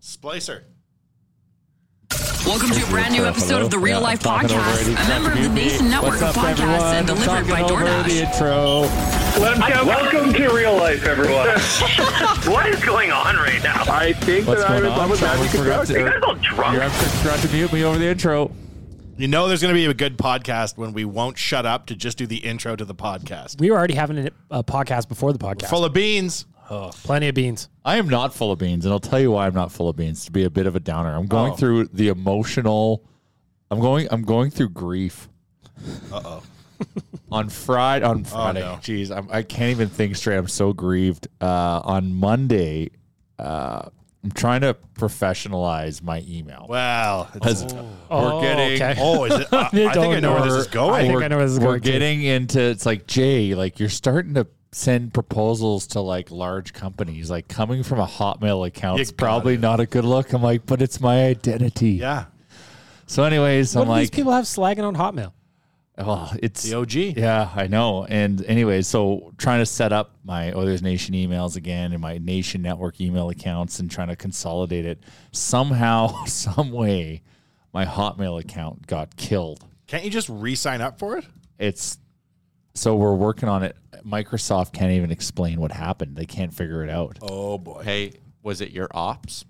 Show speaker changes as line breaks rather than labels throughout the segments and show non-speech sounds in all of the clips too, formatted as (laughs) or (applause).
Splicer.
Welcome to a brand new episode of the Real
Yeah,
Life
talking over it.
Podcast,
He's
a member of
talking
the
to me.
Nation Network
What's
of
up,
podcasts and
everyone?
delivered by
Talking over the
DoorDash.
intro.
Welcome to real life, everyone.
(laughs) What is going on right now?
I think
What's
that I'm
going
in
on?
love with
Sean, we
Magic and
forgot
Dragon.
You guys
to,
all drunk?
you're up to, forgot to mute me over the intro.
You know, there's going to be a good podcast when we won't shut up to just do the intro to the podcast.
We were already having a, a podcast before the podcast.
Full of beans.
Plenty of beans.
I am not full of beans, and I'll tell you why I'm not full of beans. To be a bit of a downer, I'm going
Oh.
through the emotional. I'm going. I'm going through grief. Uh oh. (laughs) on Friday, on Friday,
no.
jeez, I'm, I can't even think straight. I'm so grieved. Uh, on Monday, uh, I'm trying to professionalize my email.
Wow.
As
Oh,
we're getting
okay.
(laughs) oh, is it? I, I think I know where this is
I
going.
think I know where this is
we're
going. too.
getting into it's like Jay, like you're starting to send proposals to like large companies. Like coming from a Hotmail account
You
is probably not a good look. I'm like, but it's my identity.
yeah.
So, anyways,
What
I'm
do these
like,
people have slagging on Hotmail?
oh, it's
The OG.
yeah, I know. And anyways, so trying to set up my Oilers Nation emails again and my Nation Network email accounts and trying to consolidate it. Somehow, (laughs) some way, my Hotmail account got killed.
Can't you just re sign up for it?
it's so we're working on it. Microsoft can't even explain what happened. They can't figure it out.
Oh, boy.
Hey, was it your ops?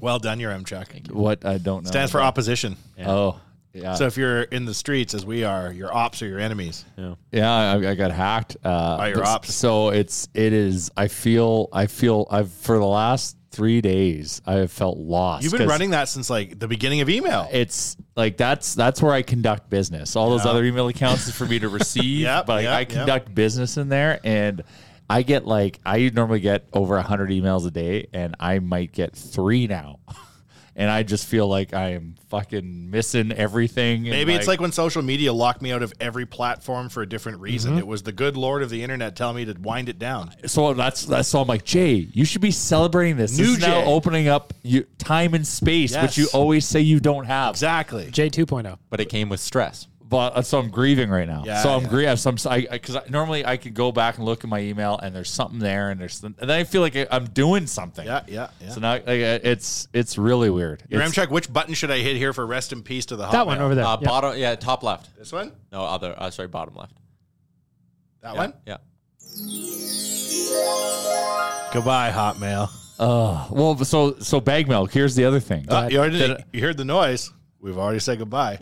Well done, your M check.
What I don't know
Stands for opposition.
Oh, yeah,
So if you're in the streets as we are, your ops are your enemies.
yeah. I, I got hacked. Uh,
By your
but-
ops.
So it's it is. I feel. I feel. I've for the last three days. I have felt lost.
You've been
'cause
running that since like the beginning of email.
It's like that's that's where I conduct business. All those other email accounts is
(laughs)
for me to receive,
Yep,
but
yep,
I
yep.
conduct business in there, and I get like I normally get over hundred emails a day, and I might get three now, (laughs) and I just feel like I am fucking missing everything. and,
Maybe it's like when social media locked me out of every platform for a different reason. It was the good lord of the internet telling me to wind it down.
so that's that's so I'm like Jay, you should be celebrating this.
New
this is now
Jay.
opening up you, time and space, which you
Yes.
always say you don't have.
Exactly.
J 2.0.
But it came with stress.
but uh, so I'm grieving right now.
Yeah,
so I'm
yeah.
grieving. So I'm because I, 'cause I- normally I could go back and look at my email and there's something there and there's and then I feel like I- I'm doing something.
Yeah, yeah, yeah.
So now like, uh, it's it's really weird.
Your
It's-
M check, which button should I hit here for rest in peace to the
That one
Hotmail?
over there.
Uh,
Yeah.
Bottom, yeah, top left.
This one?
No, other. Uh, sorry, bottom left.
That
Yeah,
one?
Yeah.
Goodbye, Hotmail.
uh, (sighs) well, so so bag milk. Here's the other thing.
Oh, you, already, you heard the noise. We've already said goodbye.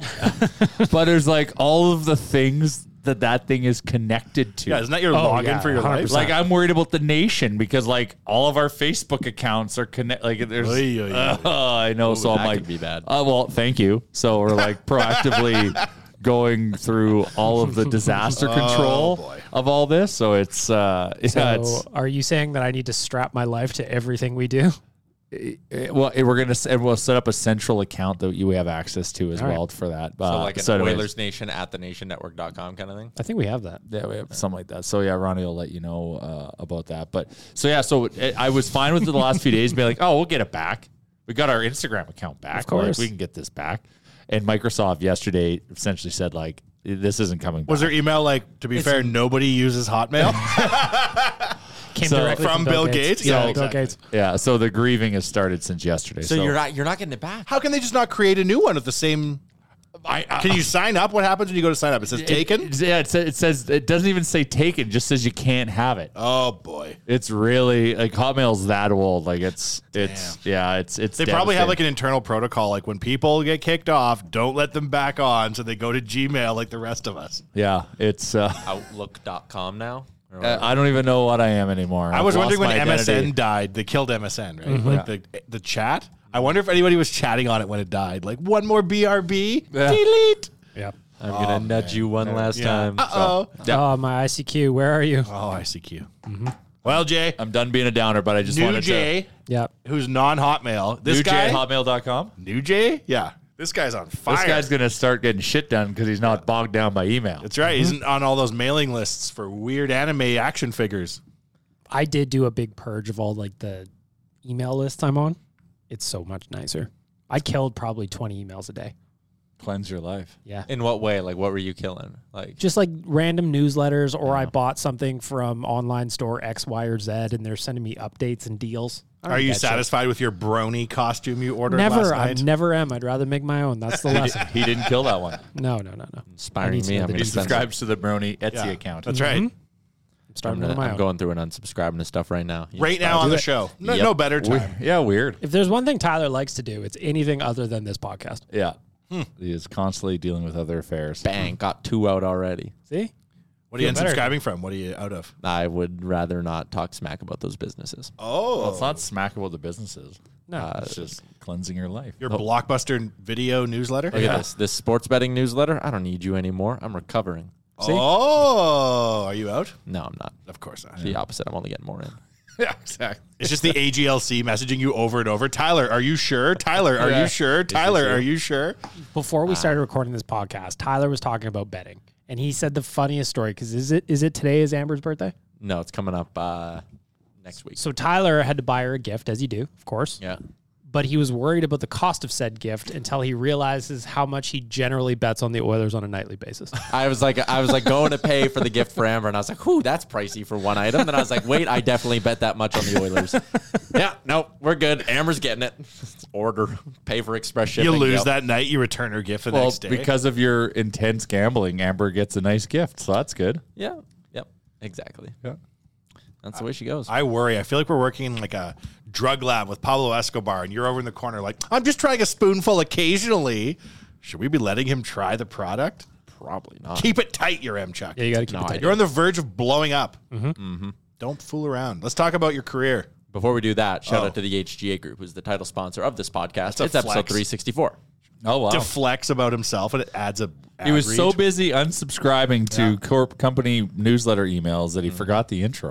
but there's like all of the things that that thing is connected to.
Yeah, isn't that your login for your life?
Like I'm worried about the nation because like all of our Facebook accounts are connected. Like there's,
Oy, oy, oy.
Uh, (laughs) I know.
Ooh,
so I'm
that
like,
could be bad.
Uh, well, thank you. So we're like proactively going through all of the disaster
Oh,
control of all this. So it's uh, yeah,
So
it's
are you saying that I need to strap my life to everything we do?
Eh, well, eh, we're gonna s- and we'll set up a central account that you have access to as
All right.
well for that. Uh,
So like an
anyways,
Oilers Nation at the nationnetwork.com kind of thing.
I think we have that.
Yeah, we have something like that. So yeah, Ronnie will let you know uh, about that. But so yeah, so eh, I was fine with it the last few days being like, oh, we'll get it back. We got our Instagram account back.
Of
We're like,
course.
we can get this back. And Microsoft yesterday essentially said like, this isn't coming. back.
Was their email like? To be fair, nobody uses Hotmail.
Came
So-
directly from, Bill Gates.
So-
exactly.
Yeah, so the grieving has started since yesterday. So,
not you're not getting it back.
How can they just not create a new one with the same? can you sign up? What happens when you go to sign up? It says taken.
It, yeah, it says, it says it doesn't even say taken. It just says you can't have it.
Oh boy,
it's really like Hotmail's that old. Like it's it's yeah, it's it's.
They probably have
devastating.
like an internal protocol, like when people get kicked off, don't let them back on, so they go to Gmail like the rest of us.
yeah, it's. Uh,
Outlook.com now. Or
Uh, I don't even know what I am anymore.
I
I've
was
lost
wondering when
my
MSN
identity.
died. They killed MSN, right?
Mhm.
Like the the chat. I wonder if anybody was chatting on it when it died. Like one more BRB,
Yeah.
delete.
Yep.
I'm gonna
Oh,
nudge you one last time.
Uh oh.
Oh, my ICQ. Where are you?
Oh, ICQ. Well, Jay,
I'm done being a downer, but I just
New
wanted
Jay,
Yep.
who's non-Hotmail.
to.
This
New Jay
guy,
at hotmail.com.
New Jay, yeah. This guy's on fire.
This guy's gonna start getting shit done because he's not bogged down by email.
That's right. He's
Mm-hmm.
on all those mailing lists for weird anime action figures.
I did do a big purge of all like the email lists I'm on. It's so much nicer. I killed probably 20 emails a day.
Cleanse your life.
Yeah.
In what way? Like, what were you killing? Like,
Just like random newsletters, or I bought something from online store X, Y, or Z, and they're sending me updates and deals. I don't
Are
need
you
that shit.
satisfied with your brony costume you ordered last
Never, I
night?
never am. I'd rather make my
(laughs)
own. That's the lesson.
He didn't kill that one.
No, no, no, no. I
inspiring
need
me.
some
I'm
other
gonna
He
spend-
subscribes to the Brony Etsy account.
That's right.
Mhm. I'm starting
I'm,
with
gonna-
my
I'm
own.
going through and unsubscribing to stuff right now. You
Right
just
now
gotta
on
do
the
it.
show. No- no better
We-
time.
yeah, weird.
If there's one thing Tyler likes to do, it's anything other than this podcast.
Yeah.
Hmm.
He is constantly dealing with other affairs.
Bang, got two out already.
See?
What are you
Feel better.
unsubscribing from? What are you out of?
I would rather not talk smack about those businesses.
Oh,
Well, it's not smack about the businesses.
No.
It's just cleansing your life.
your blockbuster video
Oh,
newsletter.
Look at this. This sports betting newsletter. I don't need you anymore. I'm recovering.
See?
Oh, are you out?
No, I'm not.
Of course not.
It's the opposite. I'm only getting more in.
(laughs)
(laughs)
Yeah, exactly. It's just the AGLC messaging you over and over. Tyler, are you sure? Tyler, are
Yeah.
you sure? Tyler, are you sure?
Before
Ah.
we started recording this podcast, Tyler was talking about betting, and he said the funniest story because is it is it today is Amber's birthday?
No, it's coming up uh, next week.
So Tyler had to buy her a gift, as you do, of course.
Yeah.
But he was worried about the cost of said gift until he realizes how much he generally bets on the Oilers on a nightly
(laughs)
basis.
I was like, I was like going to pay for the gift for Amber, and I was like, "Whoo, that's pricey for one item." Then I was like, "Wait, I definitely bet that much on the Oilers." yeah, no, we're good. Amber's getting it. (laughs) Order, pay for express shipping.
you lose
Yep.
that night, you return her gift the
well,
next day.
because of your intense gambling, Amber gets a nice gift, so that's good.
Yeah. Yep. Exactly.
Yeah.
That's the way she goes.
I worry. I feel like we're working in like a drug lab with Pablo Escobar, and you're over in the corner like, I'm just trying a spoonful occasionally. Should we be letting him try the product?
Probably not.
Keep it tight, your M Chuck.
yeah, you got to keep
No,
it
I
tight.
You're on the verge of blowing up.
Mm-hmm.
Mhm.
Mm-hmm. Don't fool around. Let's talk about your career.
Before we do that, shout
Oh.
out to the HGA Group, who's the title sponsor of this podcast.
a
It's episode
flex.
364.
Oh wow.
Deflects about himself, and it adds a.
he
ad
was so
read.
busy unsubscribing to corp company newsletter emails
Mm-hmm.
that he forgot the intro.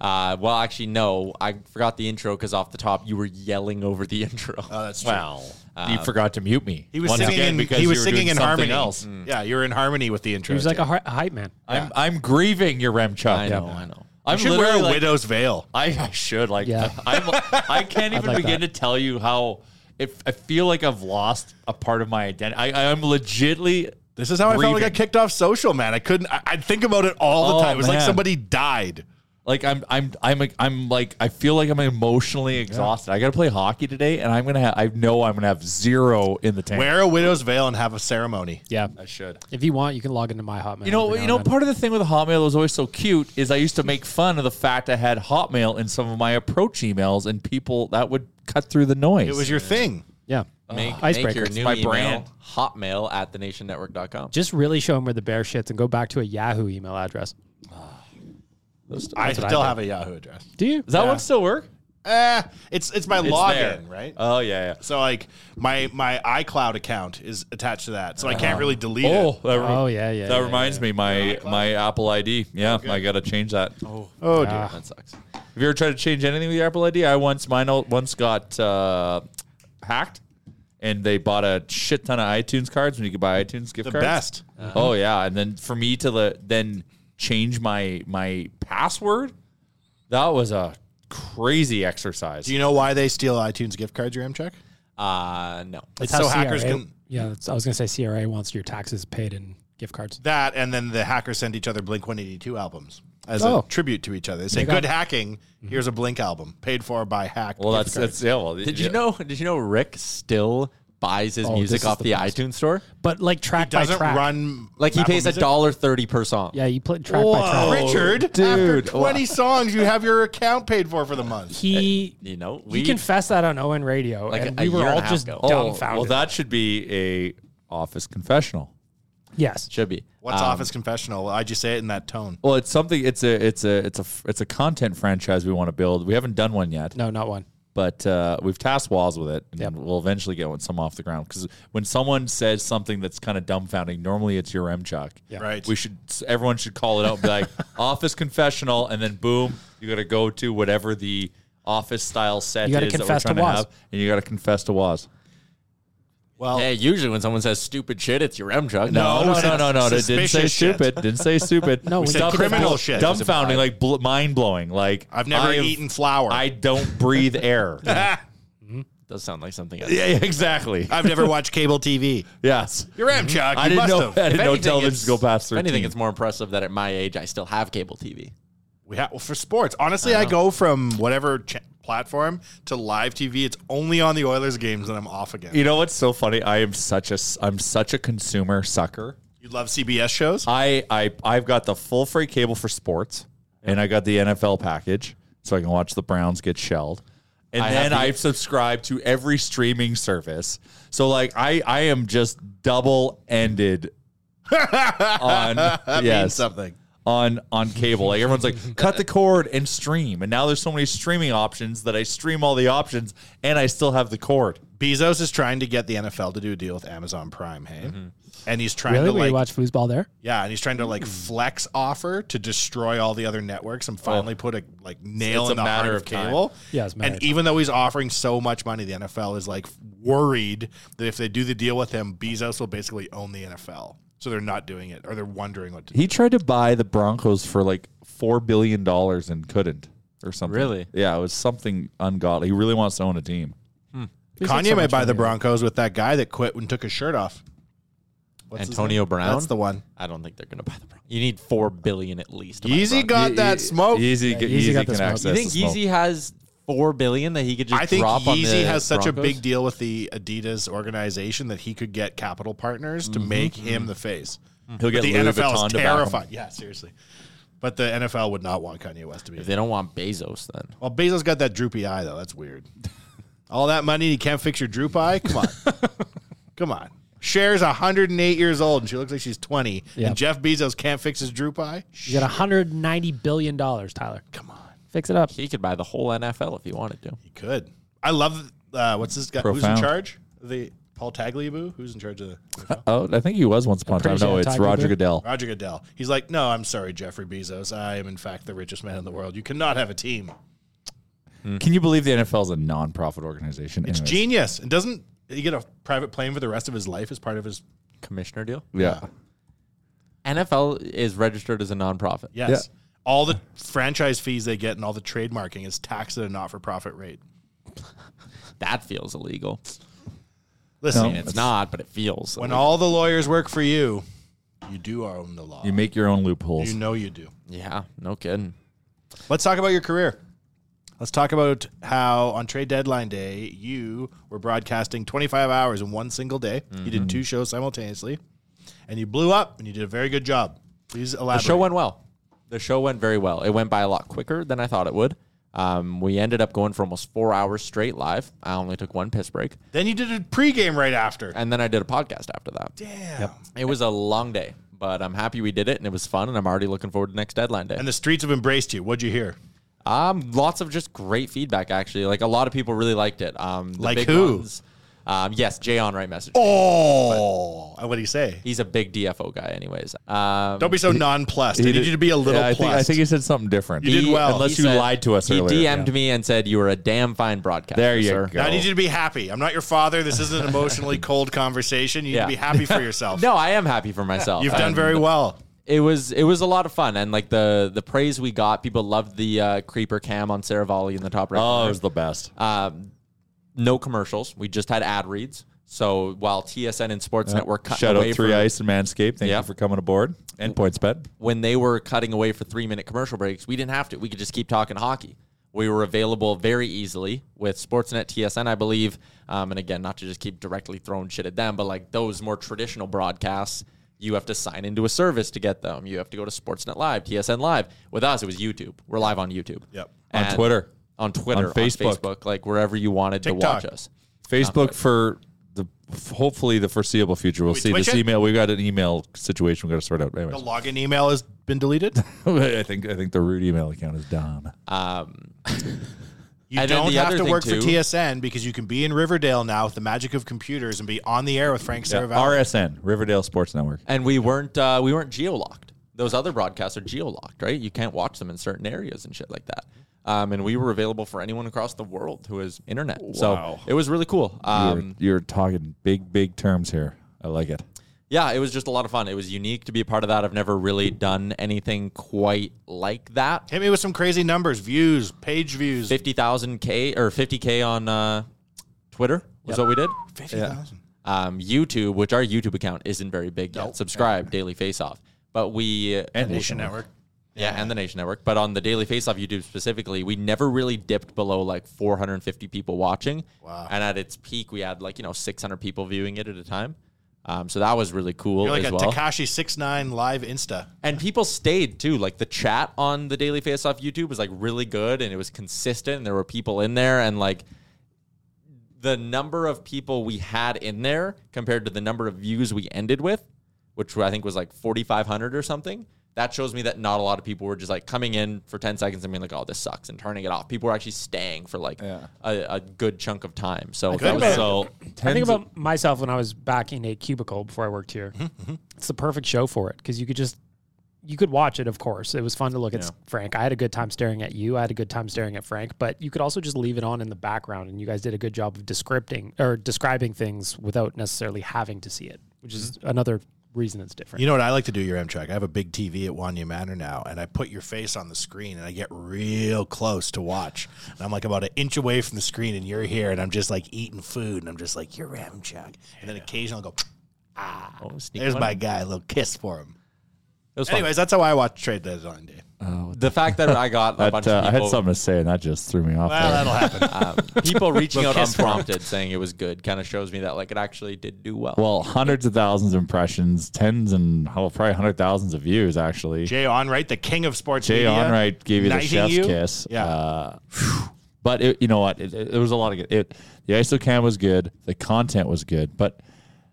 Uh, well, actually, no, I forgot the intro because off the top, you were yelling over the (laughs) intro.
Oh, that's true.
Wow. he forgot to mute me.
Um, He was
Once
singing
again
in,
because
he
you
was
were
singing
doing
in
something
harmony.
Else.
Mm. Yeah, you're in harmony with the intro.
He was like
too.
a, hy- a hype man.
I'm I'm grieving your Remchuck.
I know, I know.
I'm
you should wear a
literally like-
widow's veil.
I, I should like.
Yeah.
I'm, I
(laughs)
can't even
like
begin to tell you how. If I feel like I've lost a part of my identity, I, I'm legitly.
This is how I felt when I
grieving.
got kicked off social, man. I couldn't. I, I'd think about it all the
Oh,
time. It was like
man.
somebody died.
Like I'm, I'm, I'm, like, I'm like, I feel like I'm emotionally exhausted. I got to play hockey today, and I'm gonna. Have, I know I'm gonna have zero in the tank.
Wear a widow's veil and have a ceremony.
Yeah.
I should.
If you want, you can log into my Hotmail.
You know,
every
you
now
know.
and then.
Part of the thing with Hotmail that was always so cute is I used to make fun of the fact I had Hotmail in some of my approach emails, and people that would cut through the noise.
It was your thing.
yeah.
Make,
Ugh.
make
Icebreaker.
your
It's
new
my
email
brand.
hotmail at thenationnetwork.com.
Just really show him where the bear shits and go back to a Yahoo email address.
I
That's what I
still
think.
have a Yahoo address.
Do you?
Does that one
still work?
Eh, it's it's my
It's
login,
there.
right?
Oh yeah, yeah.
So like my my iCloud account is attached to that, so I
Uh-huh.
can't really delete
oh,
it.
that re- That reminds me, my my Apple ID. Yeah, I gotta change that. Oh,
Oh, dear. Ah. That
sucks.
Have you ever tried to change anything with your Apple ID? I once mine o- once got uh, hacked, and they bought a shit ton of iTunes cards when you could buy iTunes gift
The
cards.
best. Uh-huh.
Oh yeah, and then for me to the, then change my my password, that was a crazy exercise.
Do you know why they steal iTunes gift cards, your check?
Uh no.
It's
That's
so
how
hackers
CRA
can
Yeah, that's, I was gonna say CRA wants your taxes paid in gift cards.
that, and then the hackers send each other Blink One Eighty Two albums as
Oh.
a tribute to each other. They say,
They got- Mm-hmm.
"Good hacking." Here's a Blink album paid for by hack.
Well, that's that's yeah. Well,
Did you know? Did you know Rick still buys his
Oh,
music
this is
off
the
the,
best.
iTunes store?
But like track by
doesn't
track.
run
Like he
Apple
pays a
Music?
dollar thirty per song.
Yeah, you play track by
Wow.
track.
Richard, after 20 songs, you have your account paid for for the month.
He,
you know,
he confessed that on Owen Radio,
Like
and
a
we were
year and
all
a half
just
ago.
dumbfounded.
Oh, Well, that should be a office confessional.
Yes,
should be.
What's
Um,
office confessional? I just say it in that tone.
Well, it's something. It's a it's a it's a it's a content franchise we want to build. We haven't done one yet.
No, not one.
But uh, we've tasked Walls with it, and we'll eventually get one some off the ground. Because when someone says something that's kind of dumbfounding, normally it's your M Chuck.
Right.
We should everyone should call it out and be like (laughs) office confessional, and then boom, you got to go to whatever the office style set
You gotta
is that we're
confess to
trying to,
Woz.
have, and you got to confess to Waz.
Well,
hey, usually when someone says stupid shit, it's your M jug.
No, no, no, no, no. It didn't say stupid. Didn't say stupid.
No, We we said said criminal
dumb-
shit.
Dumbfounding, like bl- mind blowing. Like
I've never
I have-
eaten flour.
I don't breathe air. yeah,
Does sound like something. Else.
yeah, exactly.
I've never watched cable TV.
(laughs) Yes.
You're Amtrak.
I
you
didn't
must
know.
have.
I didn't know
anything,
televisions
it's-
go past
If
thirteen.
anything, it's more impressive that at my age I still have cable TV.
We have well, for sports. Honestly,
I
I,
know.
go from whatever ch- platform to live TV. It's only on the Oilers games that I'm off again.
you know what's so funny? I am such a s- I'm such a consumer sucker.
You love CBS shows?
I I I've got the full free cable for sports, and I got the NFL package, so I can watch the Browns get shelled. And
I have
then
the-
I've subscribed to every streaming service. So like I I am just double ended on
that
yes,
means something.
on on cable. Like everyone's like, cut the cord and stream. And now there's so many streaming options that I stream all the options and I still have the cord.
Bezos is trying to get the NFL to do a deal with Amazon Prime, hey?
Mm-hmm.
And he's trying
really,
to
Where
like
you watch foosball there?
Yeah, and he's trying to like flex offer to destroy all the other networks and finally put a like nail
Oh. It's
in
a
the
matter
heart
of
of
time.
cable.
Yeah, it's a matter
and
of
even though he's offering so much money, the NFL is like worried that if they do the deal with him, Bezos will basically own the NFL. So they're not doing it, or they're wondering what to.
He tried to buy the Broncos for like four billion dollars and couldn't or something.
Really?
Yeah, it was something ungodly. He really wants to own a team.
Kanye may buy the Broncos with that guy that quit and took his shirt off. What's his
Antonio
name?
Brown. Oh
That's the one.
I don't think they're gonna buy the Brown. You need four billion at least. to buy the Brown.
Yeezy got that smoke.
Yeezy,
Yeah, Yeezy
Yeezy
got the
can
smoke.
access.
You think
the smoke.
Yeezy has four billion that he could just
I think
drop on the
Yeezy has such a
Broncos?
big deal with the Adidas organization that he could get capital partners to
Mhm.
make him the face.
He'll
But
get
the
Louis
NFL
Vuitton
is
to back him.
terrified. Yeah, seriously. But the NFL would not want Kanye West to be.
If they don't want Bezos, then
Well, Bezos got that droopy eye though. That's weird. (laughs) All that money, you can't fix your droop eye. Come
(laughs)
on, come on. Cher's 108 years old, and she looks like she's 20.
Yeah.
And Jeff Bezos can't fix his droop eye.
You got 190 billion dollars, Tyler. Come on, fix it up.
he could buy the whole NFL if he wanted to.
He could. I love uh, what's this guy? Who's
Profound.
in charge? The Paul Tagliabue. Who's in
(laughs)
charge of the?
Oh, I think he was once upon a time. No, it's Roger Goodell.
Roger Goodell. He's like, no, I'm sorry, Jeffrey Bezos. I am in fact the richest man in the world. You cannot have a team. Mm.
Can you believe the NFL is a non-profit organization?
It's
Anyways.
genius. And doesn't he get a private plane for the rest of his life as part of his?
Commissioner deal.
Yeah.
NFL is registered as a nonprofit.
Yes. All the franchise fees they get and all the trademarking is taxed at a not-for-profit rate.
that feels illegal.
Listen,
I mean, it's not, but it feels.
When
illegal.
all the lawyers work for you, you do own the law.
You make your own loopholes.
You know you do.
yeah, no kidding.
Let's talk about your career. Let's talk about how on trade deadline day you were broadcasting 25 hours in one single day. You did two shows simultaneously, and you blew up, and you did a very good job. Please
The
elaborate.
show went well. The show went very well. It went by a lot quicker than I thought it would. Um, we ended up going for almost four hours straight live. I only took one piss break.
Then you did a pregame right after.
And then I did a podcast after that. Damn. It was a long day, but I'm happy we did it and it was fun. And I'm already looking forward to next deadline day.
And the streets have embraced you. What'd you hear?
Um, lots of just great feedback, actually. Like a lot of people really liked it. Um, the
Like
big
who?
ones- um, yes, Jay Onright message.
Oh, what do you say?
He's a big DFO guy, anyways. Um,
Don't be so nonplussed. I need you to be a little
Yeah, I think, I
plussed.
think he said something different.
You did
He-
well.
Unless
he
you
said-
lied to us
He
earlier.
DM'd me and said you were a damn fine broadcaster.
There you
sir."
go.
I need you to be happy. I'm not your father. This isn't an
(laughs)
emotionally cold conversation. You need
Yeah.
to be happy
(laughs)
for yourself.
No, I am happy for myself.
You've done
And
very well.
It was it was a lot of fun, and like the the praise we got, people loved the uh, creeper cam on Saravalli in the top right.
Oh,
corner.
it was the best.
Um, no commercials. We just had ad reads. So while TSN and Sports Network cut
Shout
away
out Three
for,
Ice and Manscaped. Thank
Yeah.
you for coming aboard. And points bet.
when they were cutting away for three minute commercial breaks, we didn't have to. We could just keep talking hockey. We were available very easily with Sportsnet, TSN, I believe. Um, and again, not to just keep directly throwing shit at them, but like those more traditional broadcasts, you have to sign into a service to get them. You have to go to Sportsnet Live, TSN Live. With us, it was YouTube. We're live on YouTube.
Yep.
On
And-
Twitter.
On Twitter,
On Facebook.
Facebook, like wherever you wanted to
TikTok.
watch us.
Facebook for the f- hopefully the foreseeable future. We'll
we
see
Twitch
this
it?
email. We got an email situation we got to sort out.
The
Anyways,
login email has been deleted.
(laughs) I think I think the root email account is down.
Um,
You
And then
don't
the
have
other
to
thing
work
too-
for TSN because you can be in Riverdale now with the magic of computers and be on the air with Frank
Yeah,
Saravali.
RSN Riverdale Sports Network.
And we weren't uh, we weren't geo locked. Those other broadcasts are geo locked, right? You can't watch them in certain areas and shit like that. Um, and we were available for anyone across the world who has internet. So
Wow.
it was really cool. Um,
you're, you're talking big big terms here. I like it.
yeah, it was just a lot of fun. It was unique to be a part of that. I've never really done anything quite like that.
Hit me with some crazy numbers, views, page views.
Fifty thousand k or fifty k on uh, Twitter was what we did.
50,000.
Um, YouTube, which our YouTube account isn't very big yet. Subscribe Daily Face Off, but we
And
Nation Network.
Yeah, and the Nation Network. But on the Daily Faceoff YouTube specifically, we never really dipped below like 450 people watching. Wow. And at its peak, we had like, you know, 600 people viewing it at a time. Um, so that was really cool
You're like
as
a
well.
Takashi six nine live Insta.
and people stayed too. Like the chat on the Daily Faceoff YouTube was like really good and it was consistent. And there were people in there and like the number of people we had in there compared to the number of views we ended with, which I think was like 4,500 or something, that shows me that not a lot of people were just like coming in for 10 seconds and being like, oh, this sucks and turning it off. People were actually staying for like a, a good chunk of time. So
think
that was
about-
so.
I think
Tens
about myself when I was back in a cubicle before I worked here.
Mm-hmm,
It's the perfect show for it because you could just you could watch it. Of course, it was fun to look at Frank. I had a good time staring at you. I had a good time staring at Frank. But you could also just leave it on in the background, and you guys did a good job of descripting or describing things without necessarily having to see it, which is another reason it's different.
Mm-hmm. You know what I like to do, your Amtrak? I have a big TV at Wanya Manor now, and I put your face on the screen, and I get real close to watch. And I'm like about an inch away from the screen, and you're here, and I'm just like eating food, and I'm just like, you're Amtrak. And then occasionally I'll go, "Ah."
Oh, sneak
there's
one.
my guy, a little kiss for him.
It was fun.
Anyways, that's how I watch Trade Deadline Day.
the fact that I got a
That,
bunch
uh,
of
I
people.
had something to say, and that just threw me off.
Well,
there.
that'll (laughs) happen.
um, people reaching out
Little kiss for 'em.
unprompted saying it was good kind of shows me that like it actually did do well.
Well, hundreds of thousands of impressions, tens and oh, probably hundred thousands of views actually. Jay,
Jay Onright, the king of sports media.
Onright gave you the
knighting
chef's
you.
kiss.
Yeah.
Uh, but it, you know what? It, it, it was a lot of good. It, the ISO cam was good. The content was good. But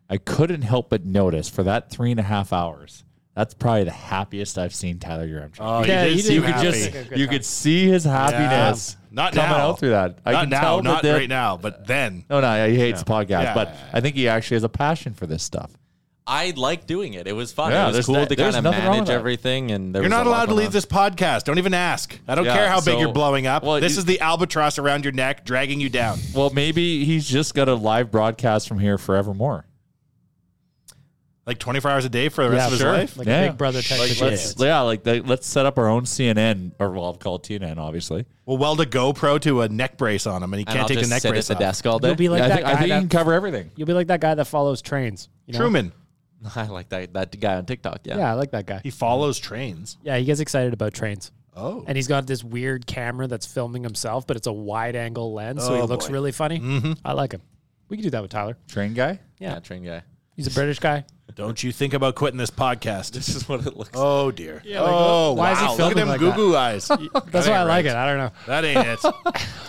I couldn't help but notice for that three and a half hours, that's probably the happiest I've seen Tyler Graham.
Oh, you did
you
seem
could
happy.
just you could see his happiness
Yeah. Not
coming
now.
out through that. I
not
can
now,
tell
not
that the-
right now, but then.
No, no, he hates podcasts,
Yeah.
but I think he actually has a passion for this stuff.
I like doing it. It was fun.
Yeah,
it was
there's
cool
no-
to
there's
kind of
nothing wrong with
manage
that.
everything. And there
You're
was
not
a lot
allowed to
going
leave
on.
this podcast. Don't even ask. I don't
Yeah,
care how big
so-
you're blowing up.
Well,
this
you-
is the albatross around your neck, dragging you down.
Well, maybe he's just got a live broadcast from here forevermore.
Like 24 hours a day for the rest of his
sure.
life.
Like
Yeah.
a Big Brother type
Like, let's,
situation.
yeah, like the, let's set up our own CNN, or well, I'll call it TNN, obviously.
We'll weld a GoPro to a neck brace on him, and he
And
can't
I'll
take the
just
neck
sit
brace
at
off.
the desk all day.
You'll be like
I
that
think, I
guy.
think you can
that,
cover everything.
you'll be like that guy that follows trains. You know?
Truman,
(laughs) I like that that guy on TikTok. Yeah.
Yeah, I like that guy.
he follows trains.
Yeah, he gets excited about trains.
Oh,
and he's got this weird camera that's filming himself, but it's a wide angle lens, so
Oh,
he looks
boy.
Mm-hmm.
really funny. I like him. We can do that with Tyler.
Train guy?
yeah, train guy.
He's a
(laughs)
British guy.
Don't you think about quitting this podcast? This
is what it looks.
Oh dear.
Yeah, like,
oh
why is he
wow. Look at
filming
them
like
goo goo
that?
eyes.
(laughs) That's why I like it. I don't know.
That ain't it.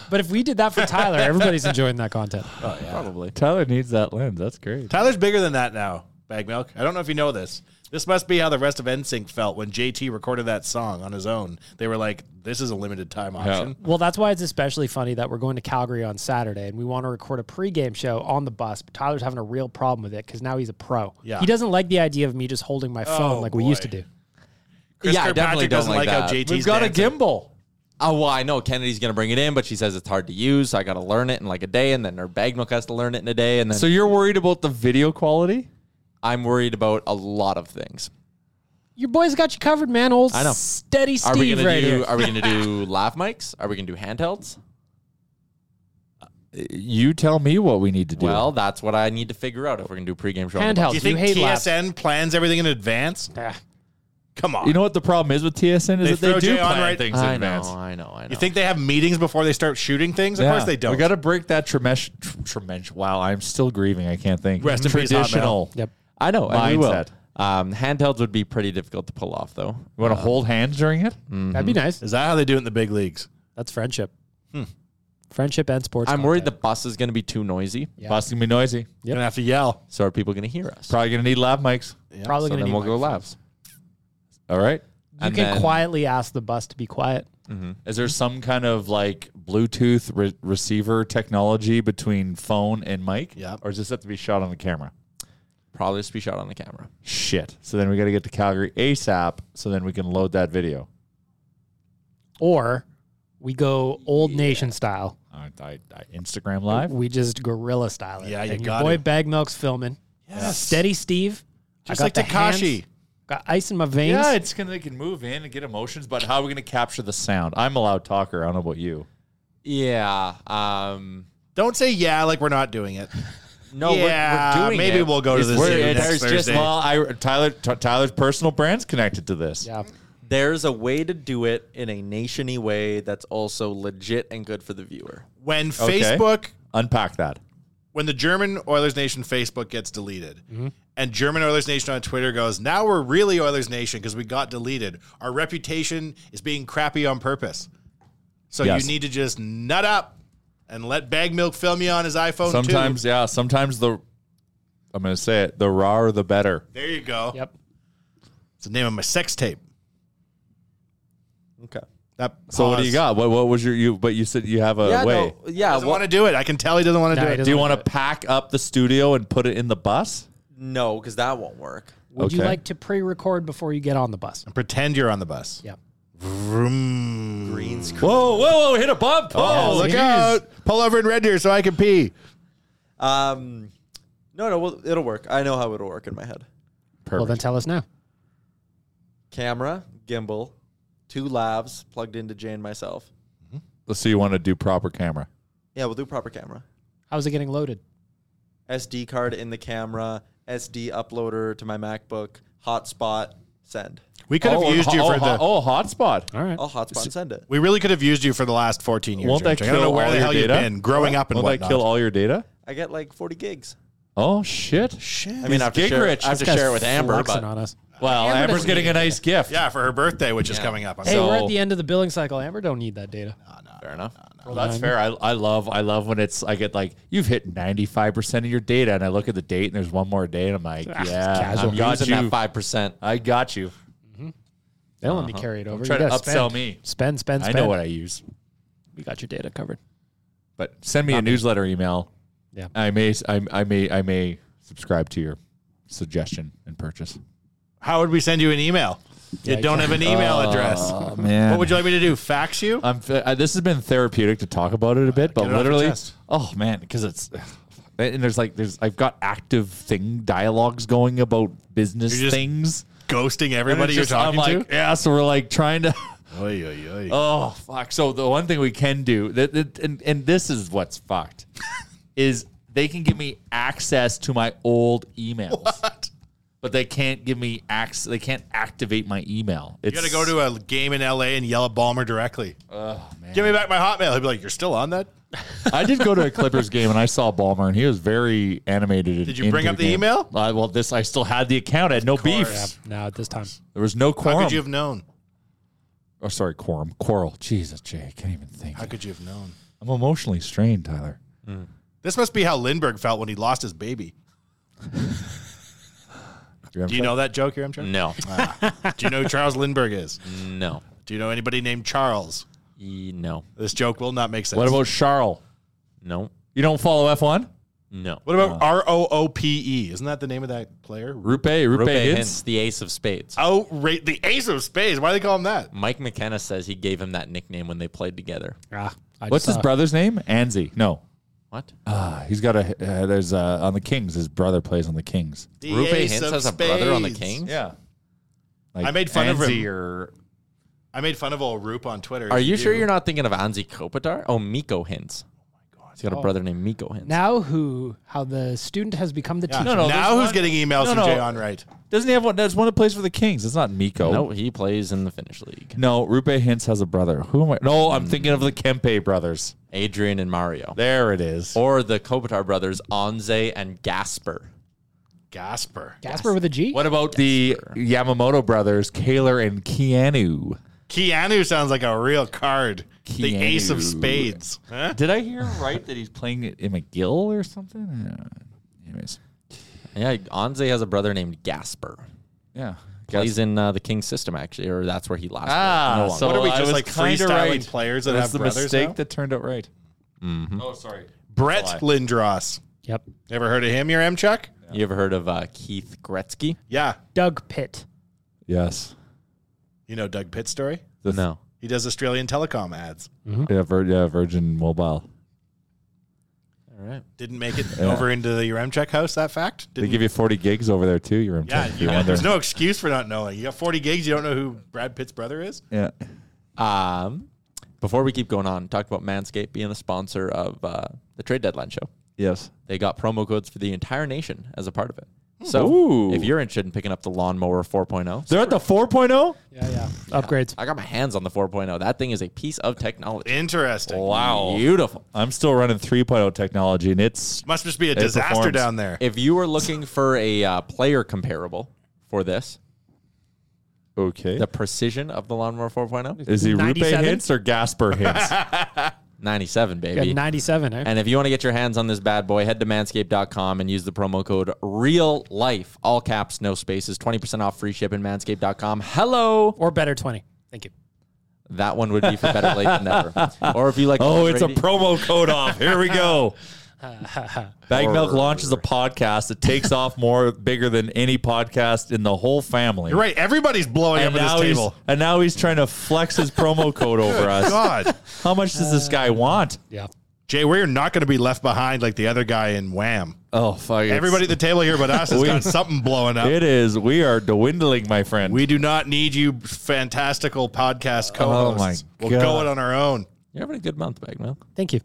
but if we did that
(laughs)
for Tyler, everybody's enjoying that content.
Oh yeah.
Probably. Tyler needs that lens. That's great.
Tyler's bigger than that now. Bag milk. I don't know if you know this. This must be how the rest of NSYNC felt when JT recorded that song on his own. They were like, "This is a limited time option."
Well, that's why it's especially funny that we're going to Calgary on Saturday and we want to record a pregame show on the bus. But Tyler's having a real problem with it because now he's a pro.
Yeah.
He doesn't like the idea of me just holding my phone
Oh,
like we used to do.
Chris
yeah, I definitely
Kirkpatrick
don't
doesn't
like,
like how
that.
JT's We've got a dancing.
gimbal. Oh well, I know Kennedy's gonna bring it in, but she says it's hard to use. So I got to learn it in like a day, and then her bag milk has to learn it in a day, and then.
So you're worried about the video quality?
I'm worried about a lot of things.
Your boy's got you covered, man. Old
I know.
steady Steve
Are we gonna
right
do?
here.
Are we gonna do lav mics? Are we gonna do handhelds?
You tell me what we need to do.
Well, that's what I need to figure out if we're gonna do a pregame show. on the
Do
bus.
you think TSN plans everything in advance?
Ah,
Come on.
you know what the problem is with TSN is
They
that they
throw
do
Jay on
plan
right-
things in
I know,
advance.
I know. I know.
You think they have meetings before they start shooting things? Of
Yeah.
course they don't.
We got to break that tremesh, tr- tremesh. Wow, I'm still grieving. I can't think.
Rest in peace, Hotmail.
traditional.
Yep.
I know. and we will.
Mindset.
Um, handhelds would be pretty difficult to pull off, though.
You want to hold hands during it?
That'd
Mm-hmm.
be nice.
Is that how they do it in the big leagues?
That's friendship.
Hmm.
Friendship and sports.
I'm worried the bus is going to be too noisy.
Yeah.
Bus gonna be noisy.
Yep.
Gonna have to yell.
So are people going to hear us?
Probably gonna need lav mics.
Probably
so
gonna
then
need
we'll go labs.
All right.
You can quietly ask the bus to be quiet.
Is there some kind of like Bluetooth re- receiver technology between phone and mic? Yeah. Or does this have to be shot on the camera?
Probably just be shot on the camera.
Shit. So then we got to get to Calgary ASAP so then we can load that video.
Or we go old nation style.
I, I, I Instagram live.
We just gorilla style it.
Yeah, you
and
got
your boy
it.
Bag Milk's filming. Steady Steve. I
Just
got
like
the
Tekashi.
hands. Got ice in my veins.
Yeah, it's gonna they can move in and get emotions, but how are we gonna capture the sound? I'm a loud talker. I don't know about you.
Yeah. Um,
Don't say yeah like we're not doing it.
no, we're-
Yeah,
we're, doing
maybe
it.
we'll go to
It's-
this
we're-
interview
it's-
next
there's
Thursday.
Well, I Tyler Ty- Tyler's personal brand's connected to this.
Yeah.
There's a way to do it in a nationy way that's also legit and good for the viewer.
When
Okay.
Facebook,
Unpack that.
when the German Oilers Nation Facebook gets deleted,
Mm-hmm.
and German Oilers Nation on Twitter goes, now we're really Oilers Nation because we got deleted. Our reputation is being crappy on purpose. So
Yes.
you need to just nut up and let Bag Milk film you on his iPhone
Sometimes, yeah. Sometimes the I'm gonna say it. The rawer the better.
too. There you go.
Yep.
It's the name of my sex tape.
Okay.
That
So what do you
pause.
got? What what was your you? But you said you have a
yeah.
way.
No, yeah.
doesn't
wha-
want to do it. I can tell he doesn't want to
No,
do
he
it.
doesn't
Do you
wanna
want to pack up the studio and put it in the bus?
no, because that won't work.
Would you
Okay.
like to pre-record before you get on the bus?
And pretend you're on the bus.
Yep.
Vroom.
Green screen.
Whoa whoa whoa! Hit a bump.
Oh, look out. Pull over in Red Deer so I can pee.
Um, no, no, well, it'll work. I know how it'll work in my head.
Well, then tell us now.
Camera, gimbal, two lavs plugged into Jay and myself.
So you want to do proper camera?
Yeah, we'll do proper camera.
How's it getting loaded?
SD card in the camera, SD uploader to my MacBook, hotspot, send.
We could have
and
used you
ho-
for
oh,
the.
ho- oh hotspot.
All right.
I'll hotspot and send it.
We really could have used you for the last 14 years.
Won't that
Richard. I don't know
kill
where
all
the
your
hell
data?
you've been growing up and
Will that
whatnot.
kill all your data?
I get like 40 gigs.
Oh shit!
I mean, I have to
gig
share,
rich.
I have to
This guy's
share it with Amber,
flexing
but
on us.
Well,
Amber
Amber's
doesn't
getting
need
a nice gift.
Yeah, for her birthday, which is coming up. on
Hey, we're at
So-
the end of the billing cycle. Amber don't need that data.
fair enough.
Well, that's fair. I, I love I love when it's I get like you've hit ninety five percent of your data, and I look at the date and there's one more day, and I'm like, yeah,
casual.
I
I'm
got
using
you.
that 5%.
I got you.
They don't let me carry it over.
trying
You
to
gotta
upsell
spend.
me.
Spend, spend,
I
spend.
know what I use,
We got your data covered.
but send me a newsletter email.
Yeah.
I may I, I may I may subscribe to your suggestion and purchase.
How would we send you an email? you don't have an email address.
Uh, (laughs) man.
What would you like me to do? Fax you?
I'm. Uh, this has been therapeutic to talk about it a bit, but
get it off your
literally,
chest.
oh man, because it's (sighs) and there's like there's I've got active thing dialogues going about business
You're just
things.
Ghosting
And
everybody
it's
you're
just- I'm
talking
like, Yeah, so we're like trying to. (laughs)
to? Oy, oy, oy.
Oh fuck! So the one thing we can do that, that- and and this is what's
(laughs)
fucked, is they can give me access to my old emails.
(laughs) What?
but they can't give me acts. They can't activate my email.
You got to go to a game in LA and yell at Balmer directly.
Oh,
Give me back my Hotmail. He'll be like, "You're still on that."
(laughs) I did go to
(laughs)
a Clippers game and I saw Ballmer and he was very animated.
Did you bring up the email?
Uh, well, this I still had the account. I had no beef.
No, at this time.
There was no
How
quorum.
could you have known?
Oh, sorry, quorum, quarrel. Jesus, Jay, I can't even think.
How could you have known?
I'm emotionally strained, Tyler.
This must be how Lindbergh felt when he lost his baby. Do you know that joke here, I'm sure?
No.
Ah. Do you
(laughs)
know who Charles Lindbergh is?
Mm.
No.
Do you know anybody named Charles?
no.
This joke will not make sense.
What about Charles?
No.
You don't follow F1?
No.
What about R O O P E? Isn't that the name of that player?
Rupe, Rupe,
Rupe
Hintz?
Hintz, the ace of spades.
Outrate the ace of spades. Why do they call him that?
Mike McKenna says he gave him that nickname when they played together.
Ah,
What's his brother's name? Anzi. No.
What?
Ah, he's got a. Uh, there's uh, on the Kings. His brother plays on the Kings.
The
Rupe
ace
Hintz
of
has a brother on the
spades.
Kings?
Yeah.
I made fun of
Anzi
him.
Or,
I made fun of old Roop on Twitter.
Are you sure you're not thinking of Anzi Kopitar? Oh, Miko Hintz. Oh my God. He's got a brother named Miko Hintz.
Now who? How the student has become the
Yeah.
teacher.
now
there's
who's
one-
getting emails
No,
from
no.
Jay Onright?
doesn't he have one? There's one that plays for the Kings. It's not Miko.
No, he plays in the Finnish league.
No, Rupe Hintz has a brother. Who am I? No, I'm thinking of the Kempe brothers.
Adrian and Mario.
There it is.
Or the Kopitar brothers, Anze and Gasper.
Gasper.
Gasper with a G.
What about the Yamamoto brothers, Kaler and Keanu?
Keanu sounds like a real card. The
Keanu.
ace of spades. Huh?
Did I hear right that he's playing it in McGill or something? Uh, anyways,
Yeah, Anze has a brother named Gasper.
yeah.
Plays in uh, the King's system, actually, or that's where he last
Ah,
played. No
so
longer.
What are we,
I
just,
was
like,
kinda
freestyling
right.
players that
That's
have
the
brothers
mistake
now?
that turned out right. Oh, sorry.
Brett
That's a
Lindros.
Yep.
Ever heard of him, your M Chuck?
You ever heard of uh, Keith Gretzky?
Yeah.
Doug Pitt.
Yes.
You know Doug Pitt's story?
The-
No.
He does Australian telecom ads.
Mm-hmm. Yeah, Vir- yeah, Virgin Mobile.
All right.
Didn't make it over into the Rem Check house, that fact?
They
Didn't
give you 40 gigs over there too. You're (laughs)
Yeah, you, there's no excuse for not knowing. You got 40 gigs, you don't know who Brad Pitt's brother is?
yeah.
Um, before we keep going on, talked about Manscaped being a sponsor of uh, the trade deadline show.
Yes.
They got promo codes for the entire nation as a part of it. So
Ooh.
if you're interested in picking up the lawnmower 4.0,
They're at the oh? 4.0.
Yeah, yeah. Upgrades.
I got my hands on the 4.0. That thing is a piece of technology.
Interesting.
Oh,
Beautiful.
I'm still running 3.0 technology, and it's
Must just be a
It
disaster
performs.
down there.
If you were looking for a uh, player comparable for this,
okay.
the precision of the lawnmower oh, 4.0,
Is he Rupe
97?
Hints or Gasper Hints?
97,
Got
baby.
97. Eh?
And if you want to get your hands on this bad boy, head to manscaped.com and use the promo code real life, all caps, no spaces, 20% off free shipping, manscaped.com. Hello.
or better 20. Thank you.
That one would be for better late than
(laughs)
never. Or if you like,
oh, it's a
radio-
promo code off. Here
(laughs)
we go. Bag Milk
Or-
launches a podcast that takes off more bigger than any podcast in the whole family.
You're right. Everybody's blowing
And
up at
now,
this
he's, (laughs)
table.
and now he's trying to flex his promo
(laughs)
code over us.
God.
How much does this guy want?
Yeah.
Jay, we're not going to be left behind like the other guy in Wham.
Oh, fuck. it's-
Everybody at the table here but us has
(laughs) We-
got something blowing up.
It is. We are dwindling, my friend.
We do not need you fantastical podcast co-hosts.
Oh my
We'll go
God.
it on our own.
You're having a good month, Bag Milk.
Thank you.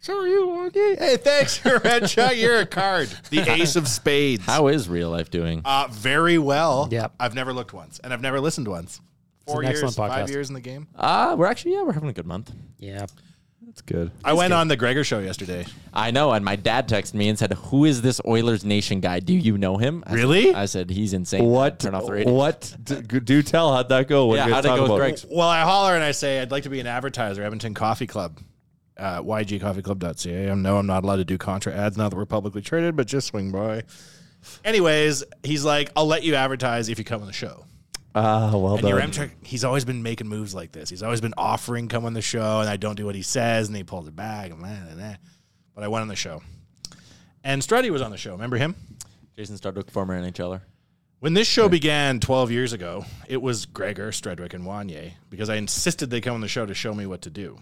So are you, Augie? Hey, thanks, (laughs) Red Shot. You're a card. The ace of spades.
How is real life doing?
Uh, very well.
Yep.
I've never looked once, and I've never listened once. Four
an
years,
excellent
five
podcast.
years in the game.
Uh, we're actually, yeah, we're having a good month.
Yeah.
That's good.
I went on the Gregor show yesterday.
I know. And my dad texted me and said, Who is this Oilers Nation guy? Do you know him? I
Really?
Said, I said, He's insane.
What?
Turn off the radio.
What? Do, do tell. How'd that go? What
Yeah,
did you
how'd it
talk
go with
about?
Greg's?
Well, I holler and I say I'd like to be an advertiser, Edmonton Coffee Club, uh, ygcoffeeclub.ca. I know I'm not allowed to do contra ads now that we're publicly traded, but just swing by. Anyways, he's like, I'll let you advertise if you come on the show.
Ah, well
And your
done.
Amtrak, he's always been making moves like this. He's always been offering come on the show, and I don't do what he says, and he pulls it back, and blah, blah, blah. but I went on the show. And Strutty was on the show. Remember him?
Jason Starduck, former NHLer.
When this show began 12 years ago, it was Gregor, Stredwick, and Wanye because I insisted they come on the show to show me what to do.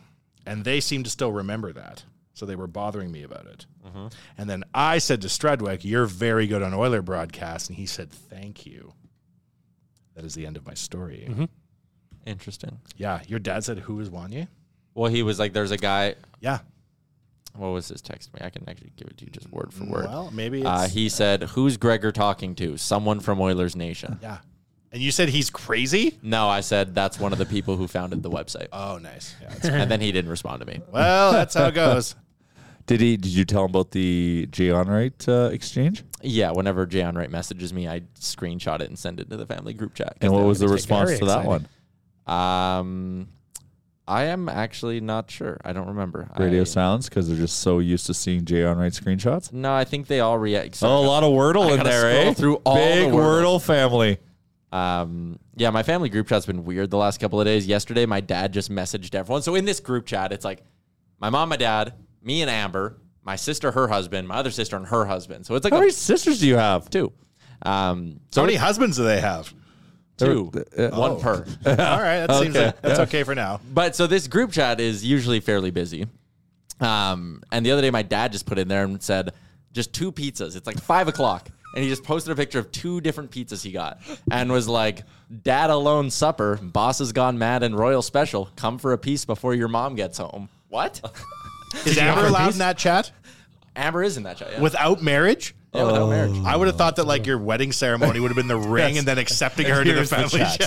And they seemed to still remember that. So they were bothering me about it. And then I said to Stredwick, You're very good on Oiler broadcasts. And he said, Thank you. That is the end of my story.
Interesting.
Yeah. Your dad said, Who is Wanye?
Well, he was like, There's a guy.
Yeah.
What was his text to me? I can actually give it to you just word for word.
Well, maybe
uh,
it's-
he said, "Who's Gregor talking to? Someone from Oilers
(laughs)
Nation."
Yeah. And you said he's crazy?
No, I said that's one of the people who founded the website.
Oh, nice. Yeah, that's
and then he didn't respond to me.
Well, that's how it goes.
(laughs) Did he? Did you tell him about the Jay Onright uh, exchange?
Yeah, whenever Jayon Wright messages me, I screenshot it and send it to the family group chat. 'cause
And what
they
was the
always take
response
it.
to that one?
Um, I am actually not sure. I don't remember.
Radio
I-
silence because they're just so used to seeing Jay Onright screenshots.
No, I think they all react.
Oh, a lot of Wordle
I
in
gotta
there,
scroll
eh?
Through all
Big
the Wordles.
Wordle family.
Um, yeah, my family group chat's been weird the last couple of days. Yesterday, my dad just messaged everyone. So in this group chat, it's like my mom, my dad, me, and Amber, my sister, her husband, my other sister, and her husband. So it's like
How
a-
many sisters do you have?
Two. Um,
How many
it-
husbands do they
(laughs)
have?
Two.
Uh,
One
Oh.
per.
(laughs)
All right, that seems
Okay.
like that's
Yeah.
okay for now.
But so this group chat is usually fairly busy. Um, and the other day, my dad just put in there and said, just two pizzas. It's like five o'clock. And he just posted a picture of two different pizzas he got and was like, Dad alone supper, boss has gone mad and royal special. Come for a piece before your mom gets home. What?
Is Amber allowed in that chat
Amber is in that chat. Yeah.
without marriage?
Yeah, without marriage.
I would have thought that like your wedding ceremony would have been the ring and then accepting her to the
Here's the
family
chat.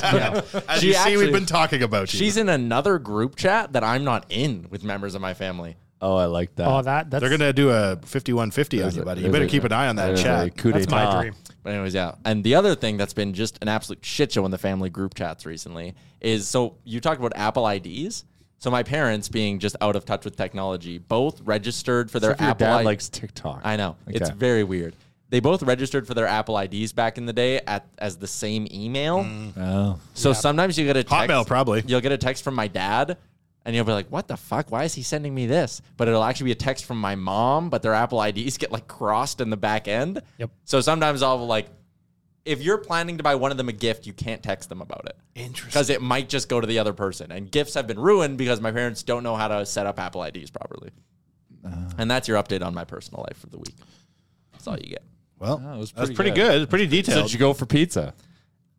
chat. (laughs) As
She
you see,
actually-
we've been talking about you.
She's in another group chat that I'm not in with members of my family.
Oh, I like that.
Oh, that that's
They're gonna do a fifty-one fifty on
There's
you,
a-
buddy. You
there's
better
a-
keep an eye on that
there's a
chat.
coup
that's my
d'etat.
dream.
But anyways, yeah. And the other thing that's been just an absolute shit show in the family group chats recently is so you talked about Apple IDs. So my parents being just out of touch with technology, both registered for their
Except for
Apple
your dad
I-
likes TikTok.
I know. It's
Okay.
very weird. They both registered for their Apple IDs back in the day at as the same email.
Oh.
So sometimes you get a text,
Hotmail, probably.
You'll get a text from my dad, and you'll be like, "What the fuck? Why is he sending me this?" But it'll actually be a text from my mom, but their Apple IDs (laughs) get like crossed in the back end.
Yep.
So sometimes I'll like, if you're planning to buy one of them a gift, you can't text them about it
Interesting.
because it might just go to the other person. And gifts have been ruined because my parents don't know how to set up Apple IDs properly. and that's your update on my personal life for the week. That's all you get.
Well,
it was
that's
pretty
pretty
good.
good. It's Pretty
So
detailed.
did you go for pizza?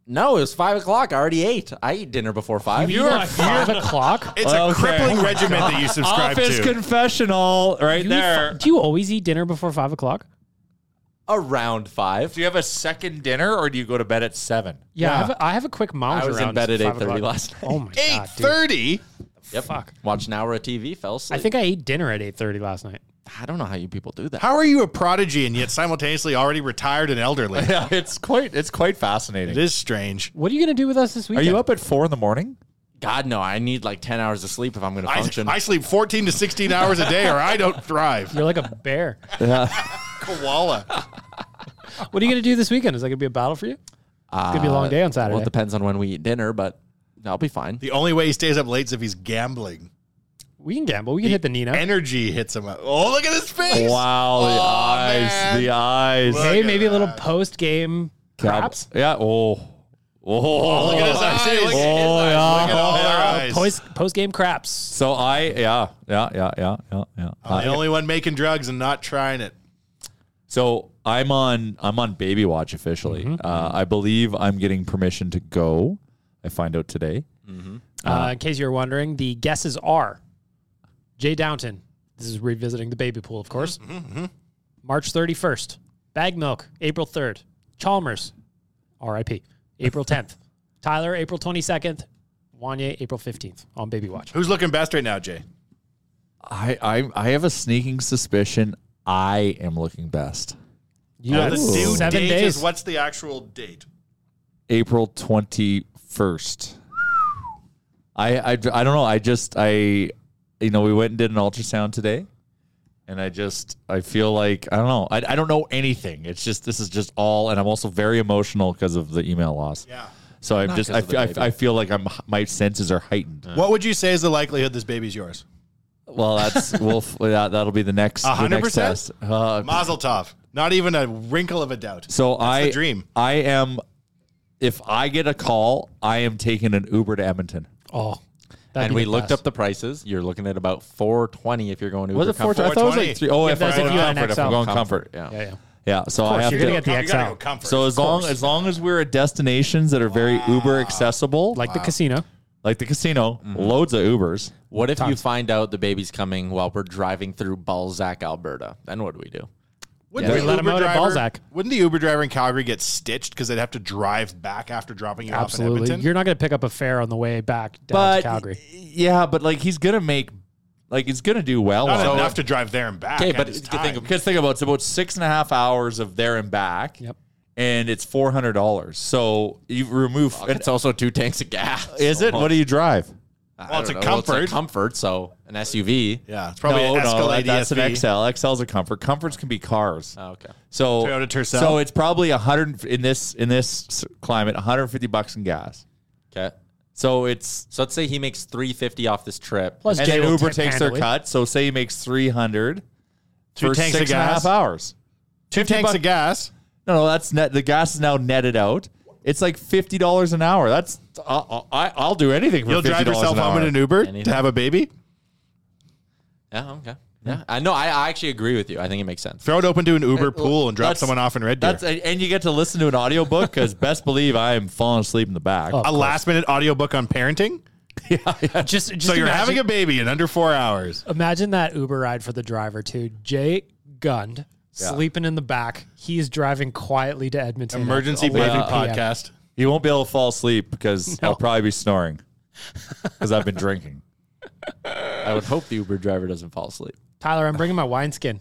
No, it was five o'clock. I already ate. I eat dinner before five.
You are five o'clock.
(laughs) it's a crippling regiment that you subscribe
Oh Office
to.
confessional,
You
right
eat
there.
fi- do you always eat dinner before five o'clock?
around five.
Do you have a second dinner or do you go to bed at seven?
Yeah, I, have a, I have a quick mounge
I was in
around
bed at
five
8:30
o'clock.
last night.
Oh my
Eight
god, dude.
thirty.
Yep.
Fuck.
Watched an hour of TV, fell
I
asleep.
think I ate dinner at eight thirty last night.
I don't know how you people do that.
How are you a prodigy and yet simultaneously already retired and elderly?
(laughs) Yeah, it's quite it's quite fascinating.
It is strange.
What are you gonna do with us this
Are
weekend?
you up at four in the morning?
God no, I need like ten hours of sleep if I'm going to
I,
function.
I sleep 14 to 16 hours a day or I don't
(laughs)
thrive.
You're like a
(laughs)
bear.
Koala.
What are you gonna do this weekend? Is that gonna be a battle for you? It's gonna be a long
Uh,
day on Saturday.
well, it depends on when we eat dinner, but I'll be fine.
The only way he stays up late is if he's gambling.
we can gamble. We can hit the Nino.
Energy hits him up. Oh, look at his face.
Wow, the eyes, the eyes.
hey,
Look at
maybe a little
that.
post game
Cab-
craps.
Yeah. Oh. Oh.
Look at his
Oh,
eyes. Look at his
yeah.
Look at all their eyes.
Post post game craps.
So I yeah yeah yeah yeah yeah yeah. Uh,
I'm
I-
the only one making drugs and not trying it.
so I'm on I'm on baby watch officially. Uh, I believe I'm getting permission to go. I find out today.
Uh, in case you're wondering, the guesses are Jay Downton. This is revisiting the baby pool, of course. March 31st, Bag Milk, April 3rd, Chalmers, RIP, April 10th, Tyler, April 22nd, Wanye, April 15th on Baby Watch.
Who's looking best right now, Jay?
I I I have a sneaking suspicion I am looking best.
You
Now,
got
the
Ooh.
due
seven
date
days.
is what's the actual date?
April 21st. I, I I don't know. I just I you know, we went and did an ultrasound today and I just I feel like I don't know. I, I don't know anything. It's just this is just all and I'm also very emotional because of the email loss.
Yeah.
So I'm just I,
of the
fe- I,
baby.
I feel like I'm my senses are heightened.
What would you say is the likelihood this baby's yours?
Well, (laughs) that's we'll f- that, that'll be the next the next
100%?
test. Uh,
Mazel tov. Not even a wrinkle of a doubt.
So
That's
I
the dream.
I am if I get a call, I am taking an Uber to Edmonton.
oh, that'd
and
be
we
the
looked
best.
up the prices. You're looking at about four twenty if you're going to Uber Comfort.
I thought it was
420.
like three. Oh,
Yeah,
if
that's
I'm
if
going
you had an
comfort, if
XL.
I'm going comfort, yeah,
Yeah.
Yeah, yeah.
yeah. So I
course,
have
you're gonna
to.
get the
You gotta
XL.
go comfort.
so as long as long as we're at destinations that are very Uber accessible,
like the casino.
Like the casino, loads of Ubers.
What if you find out the baby's coming while we're driving through Balzac, Alberta? Then what do we do?
Wouldn't
Yeah.
the
Let 'em
Uber
out at
driver-
Balzac.
Wouldn't the Uber driver in Calgary get stitched because they'd have to drive back after dropping you off in
Absolutely.
Edmonton?
You're not going to pick up a fare on the way back down
But-
to Calgary.
Yeah, but like he's gonna make, like he's gonna do well.
Not
on it.
enough to drive there and back.
Okay,
at
but
his time.
think, because think about it, it's about six and a half hours of there and back. Yep. And it's four hundred dollars. So you remove.
it's also two tanks of gas.
Is it? What do you drive?
Well, it's a comfort. comfort, so an SUV.
Yeah, it's
no, no, that- that's
E
an XL. XL's a comfort. Comforts can be cars.
Ah, okay.
So
Toyota Tercel.
So it's probably a hundred in this in this s- climate, one hundred fifty bucks in gas.
Okay.
So it's
so let's say he makes three fifty off this trip,
and then Uber takes their cut. So say he makes three hundred
Two
for
tanks
six
of
and a half
gas.
hours.
Two tanks of gas.
No, no, that's net. The gas is now netted out. It's like fifty dollars an hour. That's I, I, I'll do anything for
You'll
fifty
drive
dollars
yourself
an hour.
home in an Uber to
Anything.
have a baby.
Yeah. Okay. Yeah. I know. I, I actually agree with you. I think it makes sense.
Throw it open to an Uber
Uh, well,
pool and drop
that's-
someone off in Red Deer.
That's and you get to listen to an audiobook because best believe I am falling asleep in the back. (laughs)
a last minute audiobook on parenting.
Just, just
so you're
imagine-
having a baby in under four hours.
Imagine that Uber ride for the driver too. Jay Gund
Yeah.
sleeping in the back. He's driving quietly to Edmonton. at 11
baby
p.m.
You won't be able to fall asleep because I'll probably be snoring because I've been drinking.
I would hope the Uber driver doesn't fall asleep.
Tyler, I'm bringing my wineskin.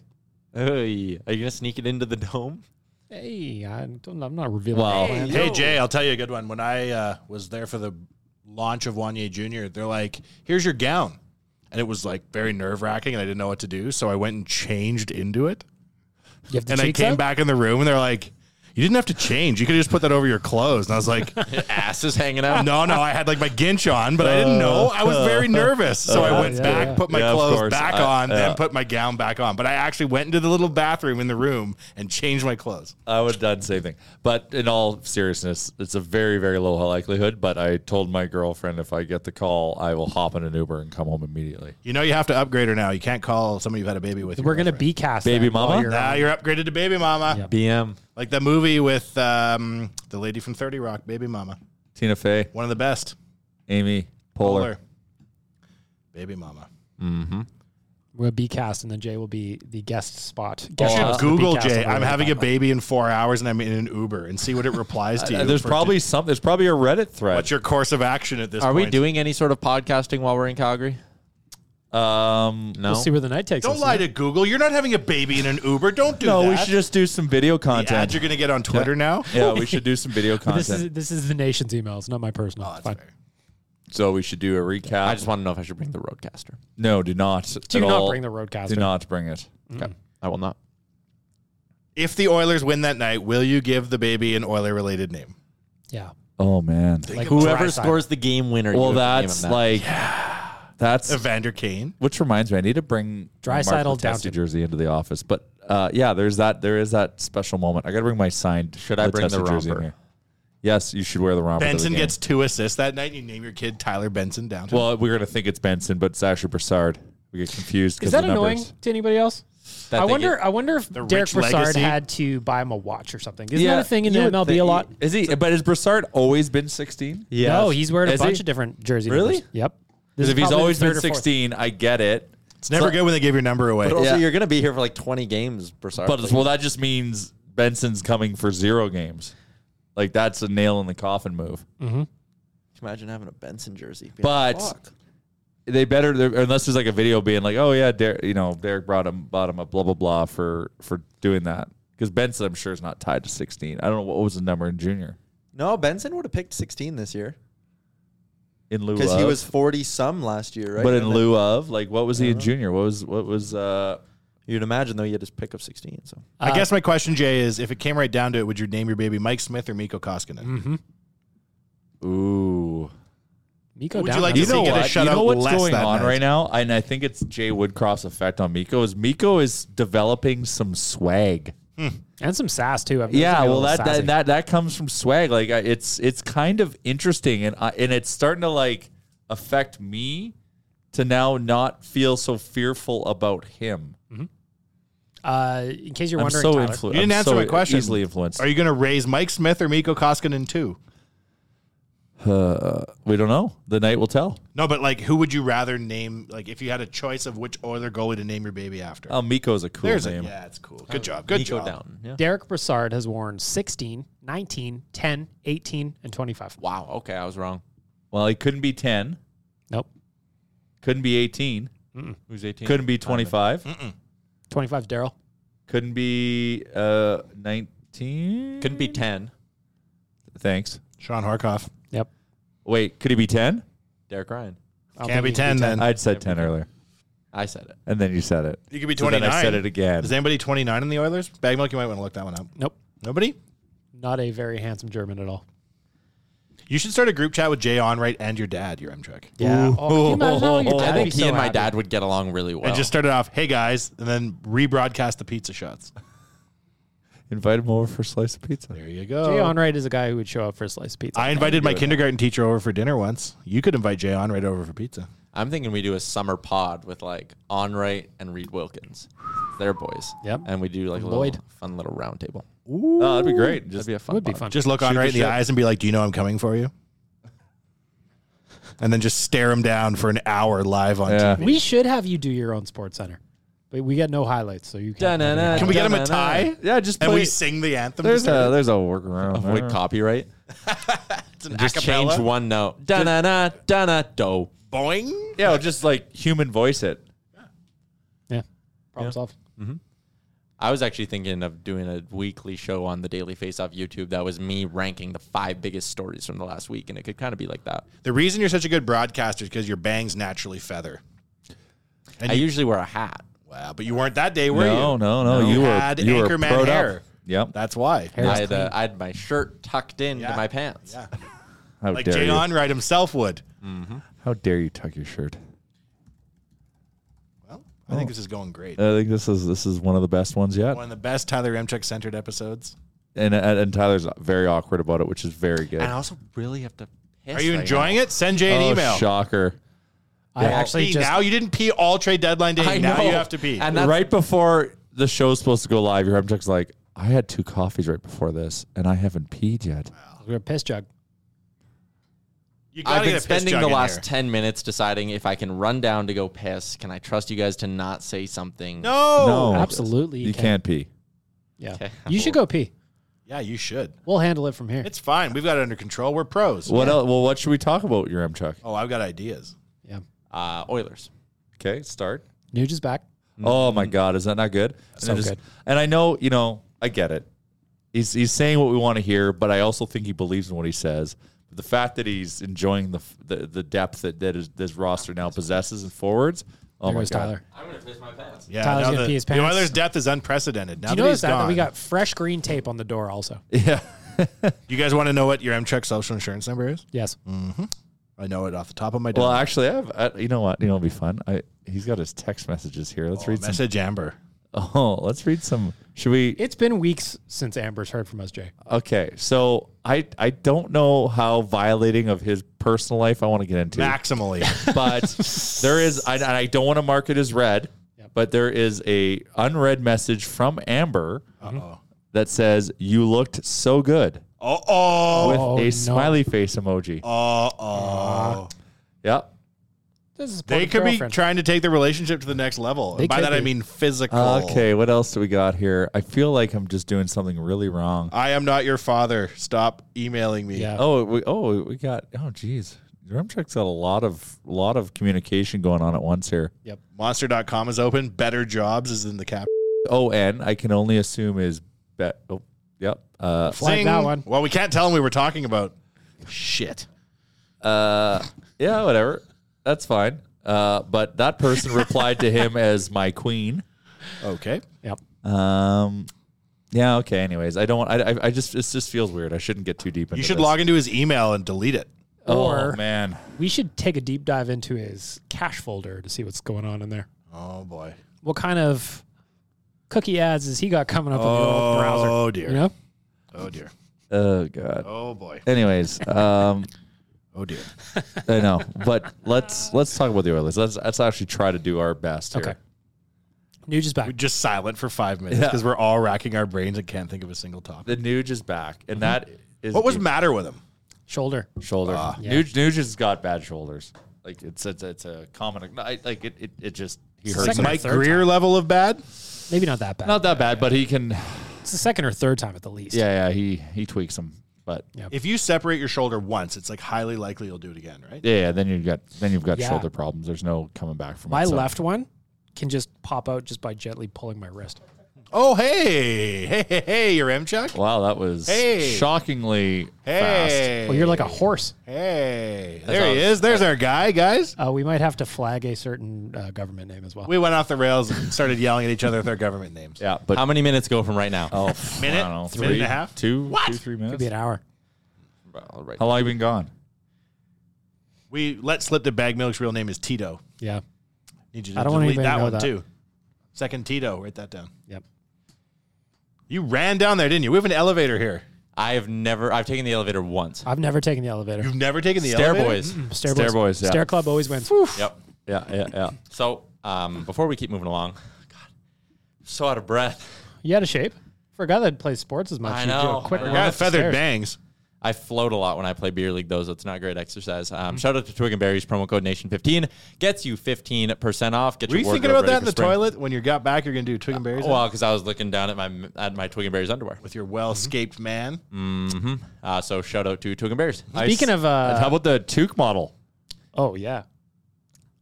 Hey, are you gonna sneak it into the dome?
Hey, I don't, I'm not revealing.
Well,
my
Hey,
plans.
Jay, I'll tell you a good one. When I uh, was there for the launch of Wanye Jr., they're like, here's your gown. And it was like very nerve wracking and I didn't know what to do. So I went and changed into it.
You have the
and I
cheeks
came
out?
back in the room and they're like, you didn't have to change. You could have just put that over your clothes. And I was like,
Ass is hanging out.
no, no, I had like my ginch on, but I didn't know. I was very nervous. So I
Uh,
went
yeah,
back,
yeah.
put my
Yeah, of
clothes
course.
back
Uh,
on,
yeah.
then put my gown back on. But I actually went into the little bathroom in the room and changed my clothes.
I would have done the same thing. But in all seriousness, it's a very, very low likelihood. But I told my girlfriend if I get the call, I will hop in an Uber and come home immediately.
You know you have to upgrade her now. You can't call somebody you've had a baby with.
We're gonna be cast
Baby
that while
mama?
you're
Now
on.
you're upgraded to baby mama.
BM.
Like the movie with um, the lady from 30 Rock, Baby Mama.
Tina Fey,
One of the best.
Amy, Polar.
Baby Mama.
Mm-hmm.
We'll be cast, and then Jay will be the guest spot.
You
Guest
should
host of the
Uh, Google
BCast
Jay.
on the
I'm
way
having a
back.
baby in four hours and I'm in an Uber and see what it
(laughs)
replies to you.
Uh, there's
for-
probably some. There's probably a Reddit thread.
what's your course of action at this
Are
point.
we doing any sort of podcasting while we're in Calgary?
um,
No.
We'll see where the night takes
Don't
us.
lie to Google. You're not having a baby in an Uber. Don't do
no,
that.
we should just do some video
the ads
content.
you're going to get on Twitter now.
(laughs) yeah, we should do some video content.
(laughs) This is this is the nation's emails, not my personal.
Oh,
It's fine.
so we should do a recap.
I just want to know if I should bring the roadcaster.
no, do not.
Do
at
not
all.
bring the roadcaster. Mm.
Do not bring it.
Okay. I will not.
If the Oilers win that night, will you give the baby an Oiler related name?
Yeah.
Oh man.
Like
Whoever
Drysdale.
scores the game winner.
Well,
you have to name
that's
him that.
like that's
Evander Kane.
which reminds me, I need to bring my
Draisaitl
Mark Letestu
Downton.
jersey into the office. But uh, yeah, there's that. There is that special moment. I got to bring my signed.
Should I bring the
Letestu jersey in
romper?
here. Yes, you should wear the romper. to the
Benson
game.
gets two assists that night. You name your kid Tyler Benson down.
Well, we're gonna think it's Benson, but it's actually Broussard. We get confused. 'cause
Is that
the
annoying
Numbers.
to anybody else?
That
I
they
wonder. uh,
get-
I wonder if
The
Derek
rich
Broussard
legacy.
had to buy him a watch or something. Isn't
Yeah,
that a thing in the
you would
MLB a
think-
lot?
Is he? But has Broussard always been 16?
Yeah.
No, he's wearing a
Is
bunch
he?
of different jersey.
Really?
numbers. Yep. This
Because
is
if he's
probably
always
the
been
third or fourth.
16, I get it.
It's never good when they give your number away.
But also,
Yeah.
you're going to be here for like 20 games, Broussard.
But well, that just means Benson's coming for zero games. Like that's a nail in the coffin move.
imagine having a Benson jersey.
But they better they're- unless there's like a video being like, oh yeah, Der you know Derek brought him bought him up, blah blah blah for for doing that because Benson I'm sure is not tied to 16. I don't know what was the number in junior
no, Benson would have picked 16 this year
in lieu
because
of
he was 40 some last year, right?
but in
And then-
lieu of like what was he in junior? What was what was uh
you'd imagine though, you had his pick of 16. So
I guess my question, Jay, is if it came right down to it, would you name your baby Mike Smith or Miko Koskinen?
Mm-hmm. ooh.
Miko
Would you
Down.
like
has
to see
a-
it? get a
what?
shutout
you know what's
less
going
that
on
night.
right now, and I think it's Jay Woodcroft's effect on Miko. Is Miko is developing some swag?
and some sass too. I've noticed him
Yeah,
get a
well
little
that, that
sassy.
that that comes from swag. Like I- it's it's kind of interesting, and I, and it's starting to like affect me to now not feel so fearful about him.
Uh, in case you're
I'm
wondering,
so
Tyler,
influ-
You didn't
I'm
answer
so
my question.
Easily influenced.
Are you going to raise Mike Smith or Miko Koskinen too?
Uh, we don't know. The night will tell.
No, but like, who would you rather name? Like, if you had a choice of which Oiler goalie to name your baby after?
Oh, Miko's a cool
There's a-
name.
yeah, it's cool. Good job. Good job.
Derek Brassard has worn 16, 19, 10, 18, and 25.
Wow. Okay, I was wrong.
Well, he couldn't be 10.
Nope.
Couldn't be 18.
Who's 18?
Couldn't be 25.
25 is Daryl.
Couldn't be uh 19. Couldn't be 10. Thanks.
Sean Harkoff.
Yep.
Wait, could he be 10?
Derek Ryan.
Can't be 10 then.
I'd said 10 earlier.
I said it.
And then you said it.
You could be
So then
29.
I said it again.
Is anybody 29 in the Oilers? Bag milk, you might want to look that one up.
Nope.
Nobody?
Not a very handsome German at all.
You should start a group chat with Jay Onright and your dad, your Amtrak.
Yeah. Oh, can you
(laughs)
imagine how your dad
I
would
think
be
he
so
and my
happy?
dad would get along really well.
And just start it off, hey guys, and then rebroadcast the pizza shots.
Invite him over for a slice of pizza.
There you go.
Jay Onright is a guy who would show up for a slice of pizza.
I invited my kindergarten teacher over for dinner once. You could invite Jay Onright over for pizza.
I'm thinking we do a summer pod with like Onright and Reed Wilkins. They're boys.
Yep.
And we do like a little
Lloyd.
fun little round table.
Ooh.
Oh,
that'd be great.
That'd be a fun
would be
pod.
fun.
Just look
Shoot
Onright
the
in the
shit.
eyes and be like, do you know I'm coming for you? And then just stare him down for an hour live on
Yeah.
TV.
We should have you do your own sports center, but we got no highlights, so you can't.
Can we get
(laughs)
him a tie?
Yeah, just
And
play-
we sing the anthem.
There's
to start
a
it?
there's a workaround.
Avoid copyright.
It's an
Just
a
change
cappella.
one note. Da na na da na do.
Boing.
Yeah, just like human voice it.
Yeah. Problem solved.
I was actually thinking of doing a weekly show on the Daily Faceoff YouTube. That was me ranking the five biggest stories from the last week, and it could kind of be like that.
The reason you're such a good broadcaster is because your bangs naturally feather. And
I
you-
usually wear a hat.
Wow, but you weren't that day, were
no,
you?
no, no, You, were
had
you were
Anchorman
pro'd up.
hair.
Yep.
That's why.
I had, uh, I had my shirt tucked into
Yeah.
my pants.
Yeah.
How
Like
dare
Jay
you?
Onright himself would.
How dare you tuck your shirt?
Well, I think this is going great.
I think this is this is one of the best ones yet.
One of the best Tyler Remchuk centered episodes.
And, and and Tyler's very awkward about it, which is very good.
And I also really have to piss.
Are you
right
enjoying
now.
it? Send Jay an
oh,
email.
shocker!
I actually
See,
just
now you didn't pee all trade deadline day.
I
now
know.
you have to pee.
And that's
Right before the show's supposed to go live, your hemchuck's like, "I had two coffees right before this, and I haven't peed yet."
we're a piss jug.
you gotta
I've
get
been
a piss
spending
jug
the
in
last
here.
10 minutes deciding if I can run down to go piss. Can I trust you guys to not say something?
No.
no,
Oh, Absolutely,
you,
you can.
can't pee.
Yeah.
Okay.
You should go pee.
Yeah, you should.
We'll handle it from here.
It's fine. We've got it under control. We're pros.
What else? Well, what should we talk about, your hemchuck?
Oh, I've got ideas.
yeah.
Uh, Oilers.
Okay, start.
Nuge is back.
Oh my God, is that not good? And
So
I just-
good.
And I know, you know, I get it. He's he's saying what we want to hear, but I also think he believes in what he says. But the fact that he's enjoying the f- the, the depth that, that is, this roster now possesses and forwards. Oh
There
my
goes
God.
Tyler.
I'm going to piss my pants.
Yeah,
Tyler's
now
gonna
the,
pee his
the
pants.
Oilers' depth is unprecedented. Now
Do you
that
notice
he's
that? that
gone,
we got fresh green tape on the door also.
(laughs) Yeah.
you guys want to know what your Amtrak social insurance number is?
Yes.
Mm. I know it off the top of my dome.
Well, actually, I have. I, you know what? You know, it'll be fun. I he's got his text messages here.
Oh,
Let's read
Oh, message Amber.
some. (laughs) Oh, let's read some. Should we?
It's been weeks since Amber's heard from us, Jay.
Okay, so I I don't know how violating of his personal life I want to get into.
Maximally.
(laughs)
(laughs) but there is I, and I don't want to mark it as read but there is a unread message from amber
Mm-hmm.
that says you looked so good
uh oh.
with
Oh,
a
no.
smiley face emoji
Uh oh.
yep
This is
They could be
girlfriend.
trying to take the relationship to the next level.
They
And by
could
that, I
be.
mean physical.
okay what else do we got here i feel like i'm just doing something really wrong
I am not your father. Stop emailing me.
Yeah.
oh we, oh we got oh geez Drumchuck's got a lot of lot of communication going on at once here.
Monster.com is open. Better jobs is in the cap.
O N, I can only assume is bet. Oh, yep. Uh,
Flag that one.
Well, we can't tell them we were talking about shit.
Uh, yeah, whatever. That's fine. Uh, but that person replied
(laughs)
to him as my queen.
Okay.
Yep.
Um, yeah. Okay. Anyways, I don't. I. I- I just. It just feels weird. I shouldn't get too deep into.
You should
this.
log into his email and delete it.
Oh
Or-
man.
We should take a deep dive into his cash folder to see what's going on in there.
Oh, boy.
What kind of cookie ads has he got coming up in the old browser?
Oh, dear.
You know?
Oh, dear.
Oh god.
Oh, boy.
Anyways, um,
Oh, dear.
I know. But let's let's talk about the Oilers. Let's let's actually try to do our best here.
Okay. Nuge is
We're
back.
just silent for five minutes
Yeah.
because we're all racking our brains and can't think of a single topic. Mm-hmm.
The Nuge is back, and that is
What was matter with him?
Shoulder.
Shoulder.
Ah. Yeah.
Nuge, Nuge has got bad shoulders. Like it's it's, it's a common. I, like it, it it just he hurts.
Second or
him.
third time.
level of bad.
Maybe not that bad.
Not that bad, but he can.
It's the second or third time at the least.
Yeah, yeah. He he tweaks them, but
If you separate your shoulder once, it's like highly likely you'll do it again, right?
yeah, yeah. Then you've got then you've got
Yeah.
shoulder problems. There's no coming back from
My
it. so-
left one can just pop out just by gently pulling my wrist.
Oh hey, hey hey hey, your M chuck.
Wow, that was
Hey.
shockingly
Hey.
Well, you're like a horse.
Hey,
That's
there he
all-
is. There's our guy, guys.
Uh, we might have to flag a certain uh, government name as well.
We went off the rails and started yelling at each other with our government names.
Yeah, but
how many minutes go from right now?
Oh,
Minute? Three and a half?
two,
What?
two, three minutes.
Could be an hour.
Well, right.
How long you been gone?
We let slip that Bag Milk's real name is Tito.
Yeah.
Need you
I
to
don't want
delete
anybody to
that
know
one
that.
too. Second Tito, write that down.
Yep.
You ran down there, didn't you? We have an elevator here.
I have never. I've taken the elevator once.
I've never taken the elevator.
You've never taken the
Stair
elevator. Mm.
boys.
Mm-mm, Stair,
Stair
boys.
boys, yeah.
Stair club always wins.
(laughs) Yep.
Yeah, yeah, yeah.
So um, before we keep moving along, God, so out of breath.
You out of shape? For a guy that plays sports as much,
I
you do a
know.
quick
I
run
know.
up the stairs.
bangs.
I float a lot when I play beer league, though, so it's not great exercise. Um,
Mm.
Shout out to Twig and Berries. Promo code Nation15 gets you 15% off. Get
Were
your
you thinking
wardrobe
about
ready
that
for
in the
spring. Oh,
toilet when you got back? You're gonna do twig and berries
Well, because I was looking down at my at my Twig and Berries underwear.
with your well-scaped
Mm-hmm.
man.
Mm.
hmm Uh, so shout out to Twig and Berries.
Speaking of, uh,
how about the Tuke model?
Oh yeah.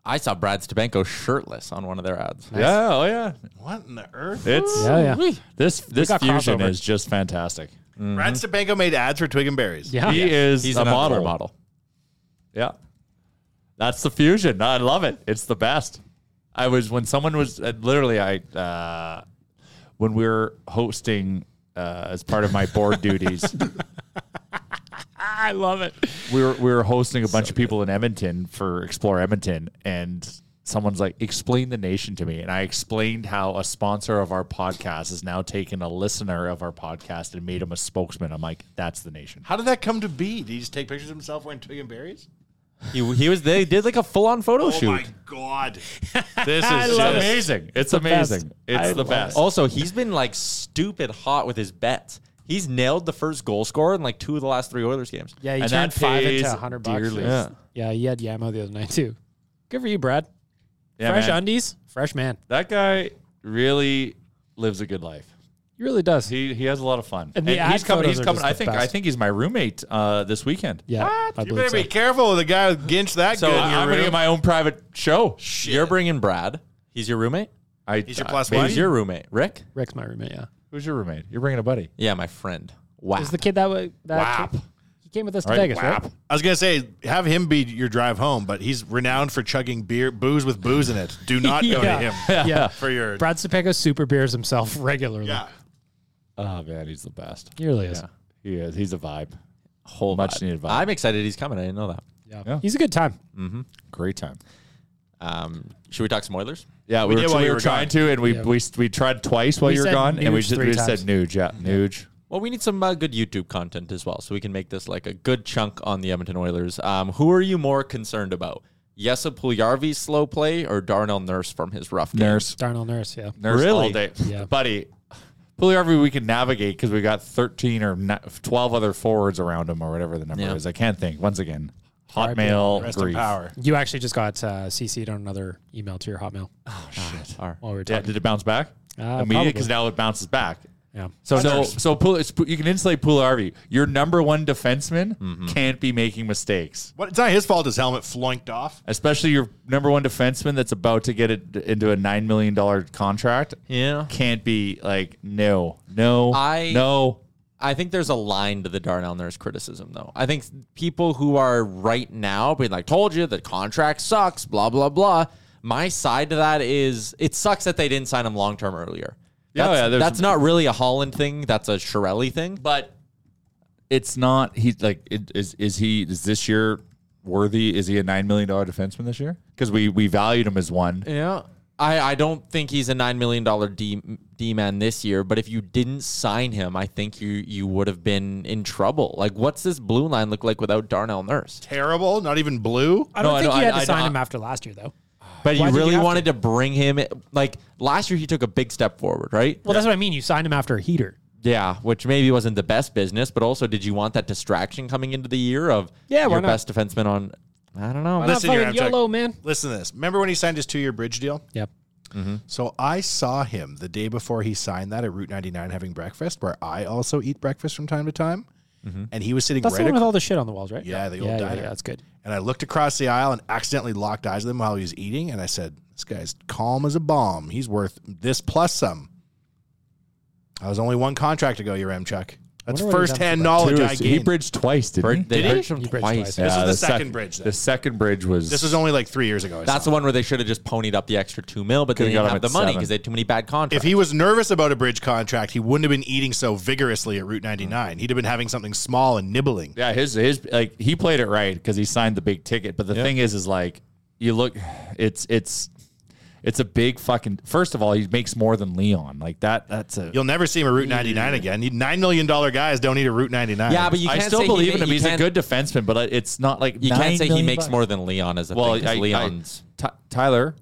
I saw Brad Stabenko shirtless on one of their ads.
Yeah, oh yeah.
What in the earth?
It's
Yeah, yeah.
This this
got
fusion
crossover.
is just fantastic.
Brad Stabenko made ads for twig and berries.
Mm-hmm. Yeah.
He is
He's
a
an underwear
model.
model.
Yeah. That's the fusion. I love it. It's the best. I was when someone was uh, literally I uh, when we were hosting uh, as part of my board duties.
(laughs) I love it.
we were we were hosting a bunch of people in Edmonton for Explore Edmonton, and someone's like, "Explain the nation to me." And I explained how a sponsor of our podcast has now taken a listener of our podcast and made him a spokesman. I'm like, "That's the nation."
How did that come to be? Did he just take pictures of himself wearing twig and berries?
He, he was. They did like a full on photo
Oh
shoot.
my god!
This is
I
just
love it.
amazing. It's
the
amazing.
best.
It's
I
the
love
best.
Also, he's been like stupid hot with his bets. He's nailed the first goal scorer in like two of the last three Oilers games.
Yeah, you
And
turned
that
five
pays
into a hundred bucks.
dearly.
Yeah. yeah, he had Yamo the other night too. Good for you, Brad.
Yeah,
fresh
man.
undies, fresh man.
That guy really lives a good life.
He really does.
He he has a lot of fun.
And the
he's
ad
coming.
photos
He's
are
coming.
just
I
the
think I
best.
think he's my roommate uh, this weekend.
yeah, I
You
believe
better be
so.
careful with the guy with ginch that
So
good. in your
I'm gonna
room.
get my own private show.
You're bringing Brad. He's your roommate.
I,
He's your plus
I-
one?
He's your roommate, Rick.
Rick's my roommate. Yeah,
Who's your roommate? You're bringing a buddy.
Yeah, my friend. Wow.
is the kid that way? That
Wap.
Came, he came with us to
All right,
Vegas,
wap.
right?
I was gonna say, have him be your drive home, but he's renowned for chugging beer, booze with booze in it.
(laughs)
Do not go
Yeah.
to him
(laughs) Yeah.
(laughs)
for your.
Brad Sepenko super beers himself (laughs) regularly.
Yeah,
Oh man, he's the best.
He really is.
He is. He's a vibe. Whole much needed vibe.
I'm excited he's coming. I didn't know that.
Yeah.
Yeah.
He's a good time.
Great time.
Um, should we talk some Oilers?
Yeah, we,
did
were,
while
we
you
were
were
trying
gone.
to, and we,
Yeah.
we we tried twice while
We
you were
said
gone, and we
Nuge
just
three
we said
times.
Nuge, yeah, Nuge.
Well, we need some uh, good YouTube content as well, so we can make this like a good chunk on the Edmonton Oilers. Um, who are you more concerned about? Jesse Puljarvi's slow play or Darnell Nurse from his rough game?
Darnell Nurse. Yeah.
nurse
Really?
all day,
Yeah.
buddy. Puliarvi we can navigate because we got thirteen or ni- twelve other forwards around him or whatever the number
Yeah.
is. I can't think. Once again, hotmail
rest in
grief.
power.
You actually just got uh, CC'd on another email to your Hotmail. Oh shit! While we were
Yeah,
talking.
did it bounce back?
Uh,
Immediately,
probably.
because now it bounces back.
Yeah.
So so so Pul- it's- you can insulate Puliarvi. Your number one defenseman can't be making mistakes.
what, it's not his fault. His helmet flunked off.
especially your number one defenseman that's about to get it into a nine million dollar contract.
Yeah.
can't be like no, no,
I-
no.
I think there's a line to the Darnell Nurse criticism, though. I think people who are right now being like, told you the contract sucks, blah, blah, blah. My side to that is it sucks that they didn't sign him long term earlier.
Yeah,
That's,
yeah, there's-
that's not really a Holland thing. That's a Shirelli thing. But
It's not. He's like, it, is is he? Is this year worthy? Is he a nine million dollar defenseman this year? Because we we valued him as one.
yeah, I, I don't think he's a $9 million D, D man this year. But if you didn't sign him, I think you, you would have been in trouble. Like, what's this blue line look like without Darnell Nurse?
Terrible. Not even blue.
I don't
No, I
think
know,
you
I-
had to
I-
sign
I-
him after last year, though.
But
Why
he
did you
really
have to?
wanted to? bring him. Like last year, he took a big step forward, right?
Well, that's what I mean. You signed him after a heater.
Yeah, which maybe wasn't the best business, but also, did you want that distraction coming into the year of
Yeah, why
your
not?
best defenseman on? I don't know.
Why not
here,
fucking
Amtrak.
YOLO, man?
Listen to this. Remember when he signed his two-year bridge deal?
Yep.
So I saw him the day before he signed that at Route 99 having breakfast, where I also eat breakfast from time to time.
Mm-hmm.
And he was sitting
That's
right
the one
ac-
with all the shit on the walls, right?
Yeah, the old
yeah,
diner.
Yeah, yeah, that's good.
And I looked across the aisle and accidentally locked eyes with him while he was eating. And I said, This guy's calm as a bomb. He's worth this plus some. I was only one contract ago, your Chuck. That's
Wonder what he's
first
up
hand
to.
knowledge
Two,
I
He
gained.
bridged twice, didn't he?
Brid- they Did he? bridged him He bridged twice. twice.
Yeah,
This is the
second bridge, then.
The second bridge was.
This was only like three years ago. I
That's the one where they should have just ponied up the extra two mil, but they
Could've
didn't
got him
have the
at
money
seven.
because they had too many bad
If
contracts.
he was nervous about a bridge contract, he wouldn't have been eating so vigorously at Route 99. He'd have been having something small and nibbling.
Yeah, his his like he played it right because he signed the big ticket. But the thing is, is like you look, it's it's it's a big fucking. First of all, he makes more than Leon. Like that. That's a.
You'll never see him at Route 99 again. You- $9 million guys don't need a Route 99.
Yeah, but you
I
can't
still
say he
believe
ma-
in him.
you
He's a
can't-
good defenseman, but uh, it's not like
you
nine
can't say he
million
makes
bucks.
more than Leon as a
Well,
thing. 'cause
I- I-
Leon's. Mm-hmm.
Ty- Tyler,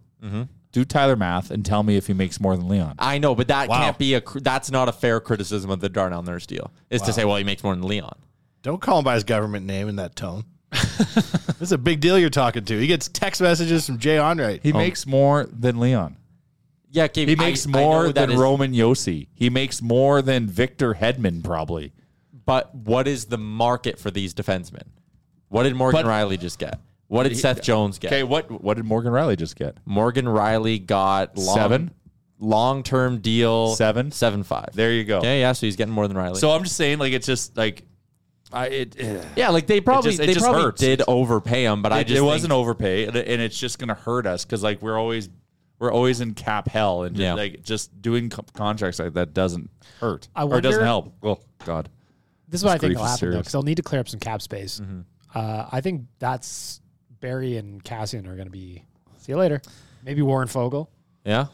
do Tyler math and tell me if he makes more than Leon.
I know, but that can't be a. cr- That's not a fair criticism of the Darnell Nurse deal. Is to say, well, he makes more than Leon.
Don't call him by his government name in that
(laughs)
tone. this is a big deal you're talking to. He gets text messages from Jay Onright.
He makes more than Leon.
Yeah, okay,
He
Oh. I-
makes
I know
more
that
than
is-
Roman Yossi. He makes more than Victor Hedman, probably.
But what is the market for these defensemen? What did Morgan
But-
Riley just get? What did
He-
Seth Jones get?
Okay, what what did Morgan Riley just get?
Morgan Riley got long,
Seven?
long term deal
Seven?
seven five.
There you go.
Okay, yeah, so he's getting more than Riley.
So I'm just saying, like it's just like, I it
yeah, like they probably
just- it
they
just
probably
hurts.
did overpay him, but I
it,
just
it
think-
was an overpay, and, and it's just gonna hurt us because like we're always we're always in cap hell, and just,
Yeah.
like just doing co- contracts like that doesn't hurt
I
or doesn't
wonder-
help. Oh God,
This is what I
This
think
grief
will happen
is
though,
serious.
because they'll need to clear up some cap space.
Mm-hmm.
Uh, I think that's Barry and Cassian are going to be. See you later. Maybe Warren Fogle.
yeah.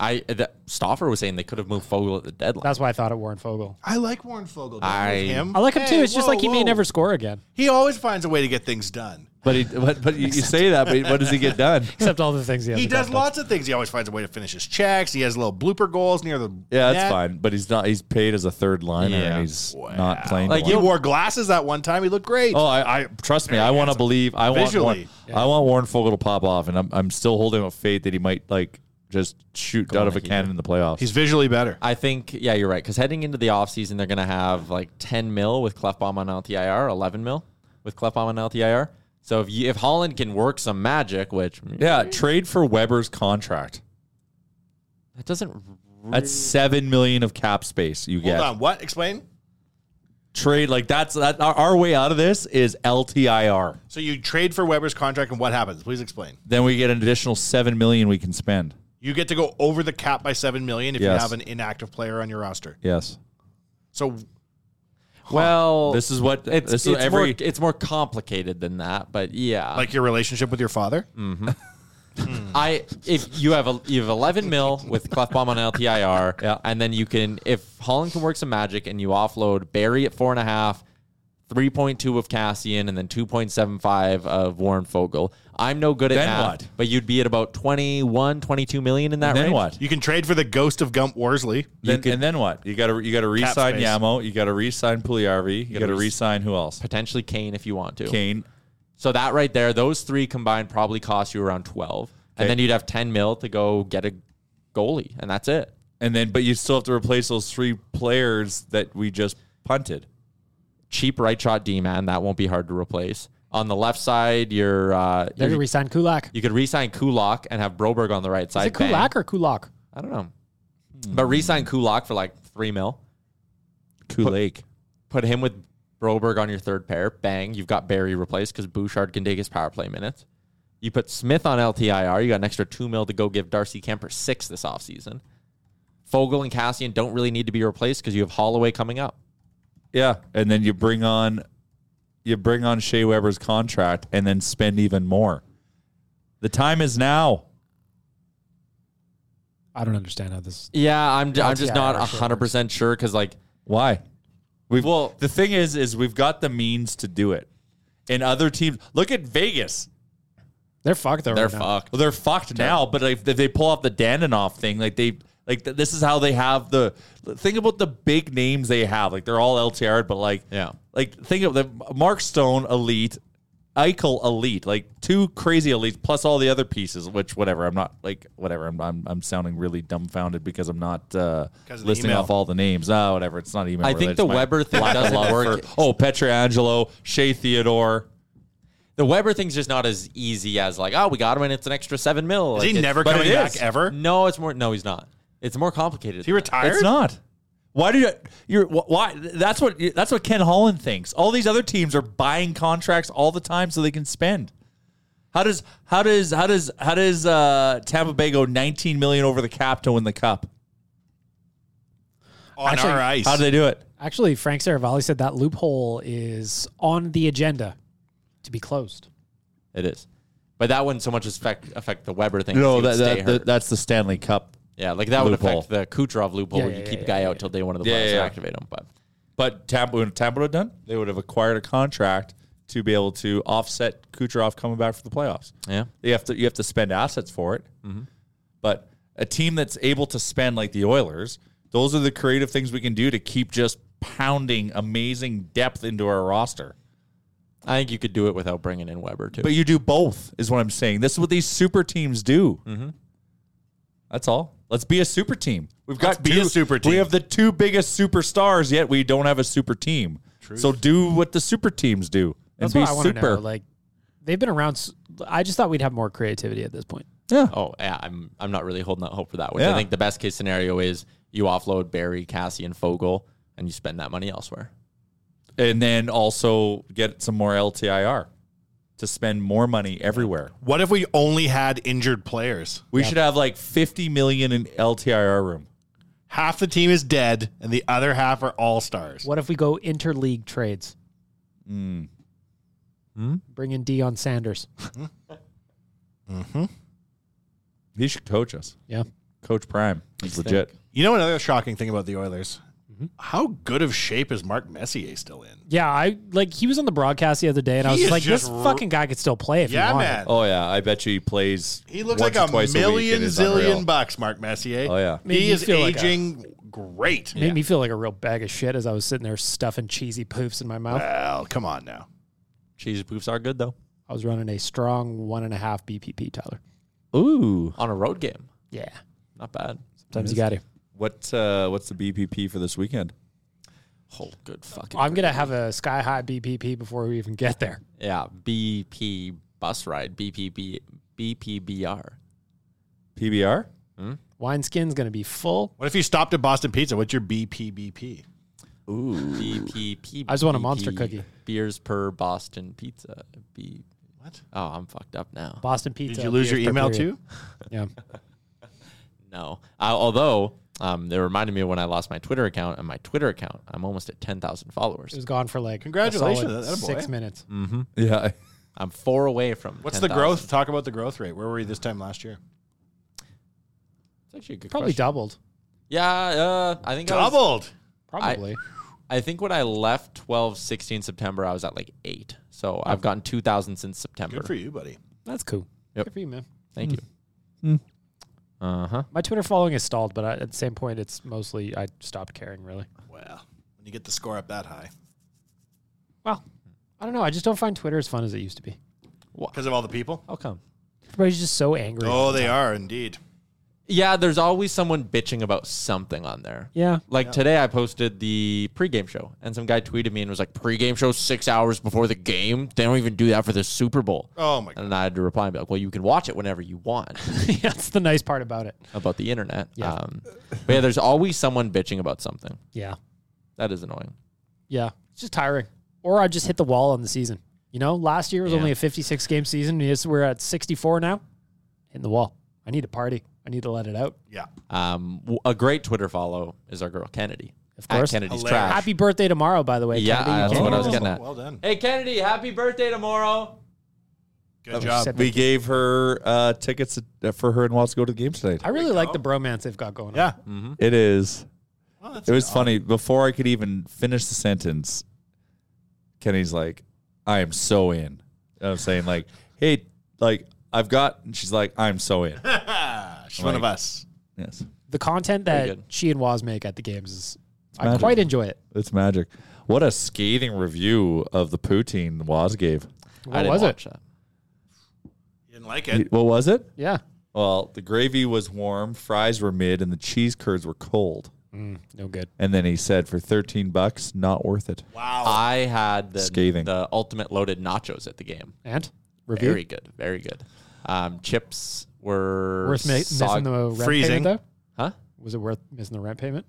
I the, Stoffer was saying they could have moved Fogle at the deadline.
That's why I thought it Warren Fogle.
I like Warren Fogle.
I-
I like him too. It's just like he may never score
(laughs)
again,
He always finds a way to get things done.
but he but, but you, you say that, but what does he get done?
except all the things he has.
He
to
does
talk about.
lots of things. He always finds a way to finish his checks. He has little blooper goals near the.
Yeah, that's
net.
fine, but he's not. He's paid as a third liner,
Yeah.
and he's not playing.
Like,
Like
He
you,
wore glasses that one time. He looked great.
oh, I, I trust me. I want to believe. I want.
Visually.
Warren, I want Warren Fogle to pop off, and I'm I'm still holding out faith that he might like just shoot out of a cannon in the playoffs.
He's visually better.
I think, yeah, you're right. Because heading into the offseason, they're going to have like 10 mil with Clefbaum on LTIR, 11 mil with Clefbaum on LTIR. So if you, if Holland can work some magic, which
yeah, trade for Weber's contract.
that doesn't,
That's seven million of cap space you
Hold
get.
on. What? Explain.
Trade like that's that. Our, our way out of this is LTIR.
So you trade for Weber's contract, and what happens? Please explain.
Then we get an additional seven million we can spend.
You get to go over the cap by seven million if you
Yes.
have an inactive player on your roster.
Yes,
So
well,
this is what
it's,
this is
it's
every.
more, it's more complicated than that, but yeah,
like your relationship with your father.
Mm.
I if you have a you have 11 mil with Clefbaum on LTIR,
(laughs) Yeah.
and then you can if Holland can work some magic and you offload Barry at four and a half, 3.2 of Cassian, and then 2.75 of Warren Fogle. I'm no good at
Then
math,
what?
but you'd be at about 21, 22 million in that
then
range.
what?
You can trade for the ghost of Gump Worsley.
Then, and then what? You got to you got to re-sign
space.
Yamo. You got to re-sign Puliarvi. You got to re-sign who else?
Potentially Kane if you want to.
Kane.
So that right there, those three combined probably cost you around 12,
Okay.
and then you'd have 10 mil to go get a goalie, and that's it.
And then, but you still have to replace those three players that we just punted.
cheap right shot D man. That won't be hard to replace. On the left side, you're, uh,
They're going to
you're-
resign Kulak.
you could re-sign Kulak and have Broberg on the right
Is
side.
it
Bang.
Kulak or Kulak?
I don't know, but re-sign Kulak for like three mil.
Kulak.
Put him with Broberg on your third pair. Bang, you've got Barry replaced because Bouchard can take his power play minutes. You put Smith on LTIR. You got an extra two mil to go give Darcy Kemper six this offseason. Fogel and Cassian don't really need to be replaced because you have Holloway coming up.
Yeah, and then you bring on, you bring on Shea Weber's contract, and then spend even more. The time is now.
I don't understand how this.
Yeah, I'm, I'm just not
LTIR, sure.
100% sure because like
Why? We've
Well-
the thing is, is we've got the means to do it. And other teams, look at Vegas.
They're fucked though.
they're
right now.
fucked.
Well, they're fucked now, but like, if they pull off the Dandanoff thing, like they Like th- this is how they have the think about the big names they have. Like they're all LTR, but like yeah, like think of the Mark Stone elite, Eichel elite, like two crazy elites plus all the other pieces. Which whatever, I'm not like whatever. I'm I'm, I'm sounding really dumbfounded because I'm not uh,
'Cause of the
listing
email.
off all the names. Ah, whatever. It's not email.
I think
related.
the
It's my
Weber thing
lack of
doesn't
love
work.
for- oh, Petrangelo, Shea Theodore.
The Weber thing's just not as easy as like, oh, we got him and it's an extra seven mil.
Is
Like,
he
it's-
never
but
coming
it
back
is.
ever?
No, it's more. No, he's not. It's more complicated.
He retired.
It's not. Why do you? You're wh- why? That's what. That's what Ken Holland thinks. All these other teams are buying contracts all the time so they can spend. How does how does how does how does uh, Tampa Bay go 19 million over the cap to win the cup?
on
Actually,
our ice.
How do they do it?
Actually, Frank Saravalli said that loophole is on the agenda to be closed.
It is, but that wouldn't so much affect affect the Weber thing. 'cause he
No,
would
that,
stay
that,
hurt.
that- that's the Stanley Cup.
yeah, like that would
loophole.
affect the Kucherov loophole.
Yeah,
where you
yeah,
keep
yeah,
a guy out till day one of the
Yeah,
playoffs
yeah.
and activate him. But
But Tampa, when Tampa would have done, they would have acquired a contract to be able to offset Kucherov coming back for the playoffs.
yeah,
You have to you have to spend assets for it.
Mm-hmm.
But a team that's able to spend like the Oilers, those are the creative things we can do to keep just pounding amazing depth into our roster.
I think you could do it without bringing in Weber too.
But you do both, is what I'm saying. This is what these super teams do.
Mm-hmm.
That's all. Let's be a super team. We've got
Let's be a
two-
super team.
We have the two biggest superstars, yet we don't have a super team. So do what the super teams do and
That's
be
what I want to
super.
know. Like they've been around. s- I just thought we'd have more creativity at this point.
yeah.
oh yeah, I'm I'm not really holding out hope for that. Which
Yeah.
I think the best case scenario is you offload Barry, Cassie, and Fogel, and you spend that money elsewhere.
and then also get some more LTIR to spend more money everywhere.
What if we only had injured players?
We should have like 50 million in LTIR room.
Half the team is dead, and the other half are all stars.
What if we go interleague trades?
Mm.
Hmm?
Bring in Dion Sanders.
He should coach us.
Yeah.
Coach Prime. He's legit.
You know another shocking thing about the Oilers?
Mm-hmm.
How good of shape is Mark Messier still in?
Yeah, I like he was on the broadcast the other day, and I
He
was
is
like,
just
this
ru-
fucking guy could still play if
Yeah,
he wanted.
man.
Oh, yeah. I bet you he plays.
He looks
once or
like a
twice week. It
million
is
zillion
unreal.
bucks, Mark Messier.
Oh, yeah.
Made
he
me
is
feel like a-
aging great.
Made me feel like a real bag of shit as I was sitting there stuffing cheesy poofs in my mouth.
Well, come on now.
Cheesy poofs are good though
I was running a strong one and a half BPP, Tyler.
Ooh.
on a road game.
Yeah,
Not bad.
sometimes you got to.
What, uh, what's the BPP for this weekend?
Oh, good fucking.
I'm gonna have a sky high BPP before we even get there.
Yeah, BP bus ride, BPB, BPBR.
PBR?
Wineskin's gonna be full.
What if you stopped at Boston Pizza? What's your BPBP?
BPP.
I just want a monster cookie.
Beers per Boston pizza. B.
What?
Oh, I'm fucked up now.
Boston pizza.
Did you lose your
beers per
email
period.
too?
(laughs) Yeah.
No. Uh, although, um, they reminded me of when I lost my Twitter account, and my Twitter account, I'm almost at 10,000
It
followers.
was gone for like a
Congratulations,
solid
that- that a boy.
six minutes.
Yeah.
I'm four away from.
What's
10,000.
the growth? Talk about the growth rate. Where were we this time last year?
It's actually a good
Probably
question.
doubled.
Yeah, uh, I think I was-
Doubled.
Probably.
I think when I left 12, 16 September, I was at like eight. So I've gotten 2,000 since September.
Good for you, buddy.
That's cool.
Yep.
Good for you, man.
Thank you. Uh huh.
My Twitter following is stalled, but I, at the same point, it's mostly I stopped caring really.
Well, when you get the score up that high
Well, I don't know. I just don't find Twitter as fun as it used to be.
because of all the people.
Oh,
How come? Everybody's just so angry.
Oh, they are indeed.
Yeah, there's always someone bitching about something on there.
Yeah. (laughs)
Like today, I posted the pregame show, and some guy tweeted me and was like, "Pregame show six hours before the game. They don't even do that for the Super Bowl."
Oh my god.
And I had to reply and be like, "Well, you can watch it whenever you
(laughs)
want
yeah, that's the nice part about it.
about the internet."
Yeah.
Um, but yeah, there's always someone bitching about something.
Yeah.
That is annoying.
Yeah. It's just tiring. Or I just hit the wall on the season. You know, last year was
Yeah.
only a 56 game season. Yes, We're at 64 now. Hitting the wall. I need a party. I need to let it out.
Yeah.
Um, w- a great Twitter follow is our girl Kennedy.
Of
At
course.
Kennedy's
Hilarious.
trash.
Happy birthday tomorrow, by the way.
yeah,
Kennedy. You
that's
can't
what I
do
was
this.
getting at.
Well done.
Hey Kennedy, happy birthday tomorrow.
Good job.
Said
(laughs) We
that.
gave her uh, tickets for her and Watts to go to the game tonight.
I really like the bromance they've got going on.
Yeah.
Mm.
It is.
Well, that's
It was funny. Before I could even finish the sentence, Kenny's like, I am so in. And I'm saying, like, (laughs) hey, like, I've got, and she's like, I'm so in.
Ah, she's one of us.
Yes.
the content
Very
that
good.
she and Waz make at the games is
It's
I
magic.
quite enjoy it.
It's magic. What a scathing review of the poutine Waz gave.
What was it?
Didn't like
Y- What was it?
Yeah.
Well, the gravy was warm, fries were mid, and the cheese curds were cold.
Mm, no good.
And then he said, for 13 bucks, not worth it.
Wow.
I had the,
Scathing.
the ultimate loaded nachos at the game.
And? Review?
Very good. Very good. Um, chips were
Worth ma- missing
sog-
the rent payment though.
Huh?
Was it worth missing the rent payment?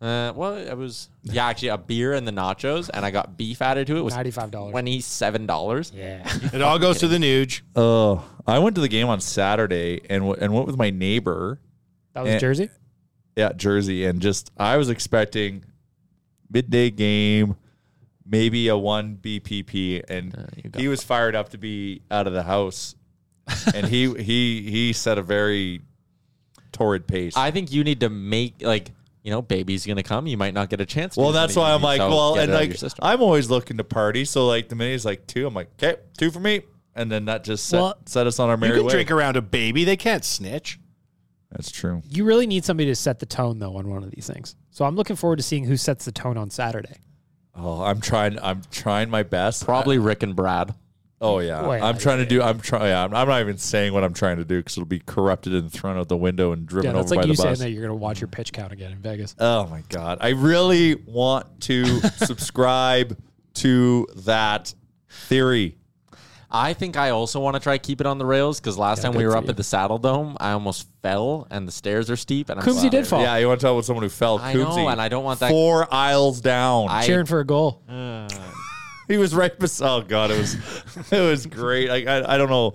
Uh, well, it was yeah, actually a beer and the nachos, and I got beef added to it. it was
$95.
twenty seven dollars.
Yeah,
Ah.
It all goes to
(laughs)
the Nuge.
Oh, I went to the game on Saturday and w- and went with my neighbor.
That was
And-
Jersey?
Yeah, Jersey, and just I was expecting midday game, maybe a one BPP, and
Uh,
he was fired up to be out of the house,
(laughs)
and he he he set a very torrid pace.
I think you need to make like you know, baby's gonna come. You might not get a chance. To
well,
do
that's
something
why I'm
easy,
like,
so
well,
get
and
it out of
like
your system.
I'm always looking to party, so like the minute he's like two, I'm like, okay, two for me, and then that just set,
Well,
set us on our
you
merry
can
way.
drink
around a baby; they can't snitch.
That's true.
You really need somebody to set the tone though on one of these things. So I'm looking forward to seeing who sets the tone on Saturday.
Oh, I'm trying. I'm trying my best.
Probably Rick and Brad.
Oh yeah,
Well, yeah,
I'm trying to do. I'm trying. Yeah, I'm, I'm not even saying what I'm trying to do because it'll be corrupted and thrown out the window and driven
yeah,
over
that's like
by
you
the
saying
bus.
that you're gonna watch your pitch count again in Vegas.
Oh my god, I really want to subscribe to that theory.
I think I also want to try keep it on the rails because last time we
good
were
for
up
you.
at the Saddle Dome, I almost fell and the stairs are steep. And I'm
Coombsy did
scared.
fall.
Yeah, you want to talk about someone who fell?
Oh. I know,
Coombsy,
and I don't want that-
Four aisles down.
I-
Cheering for a goal.
(laughs) he was right beside. Oh god, it was (laughs) it was great. Like, I I don't know.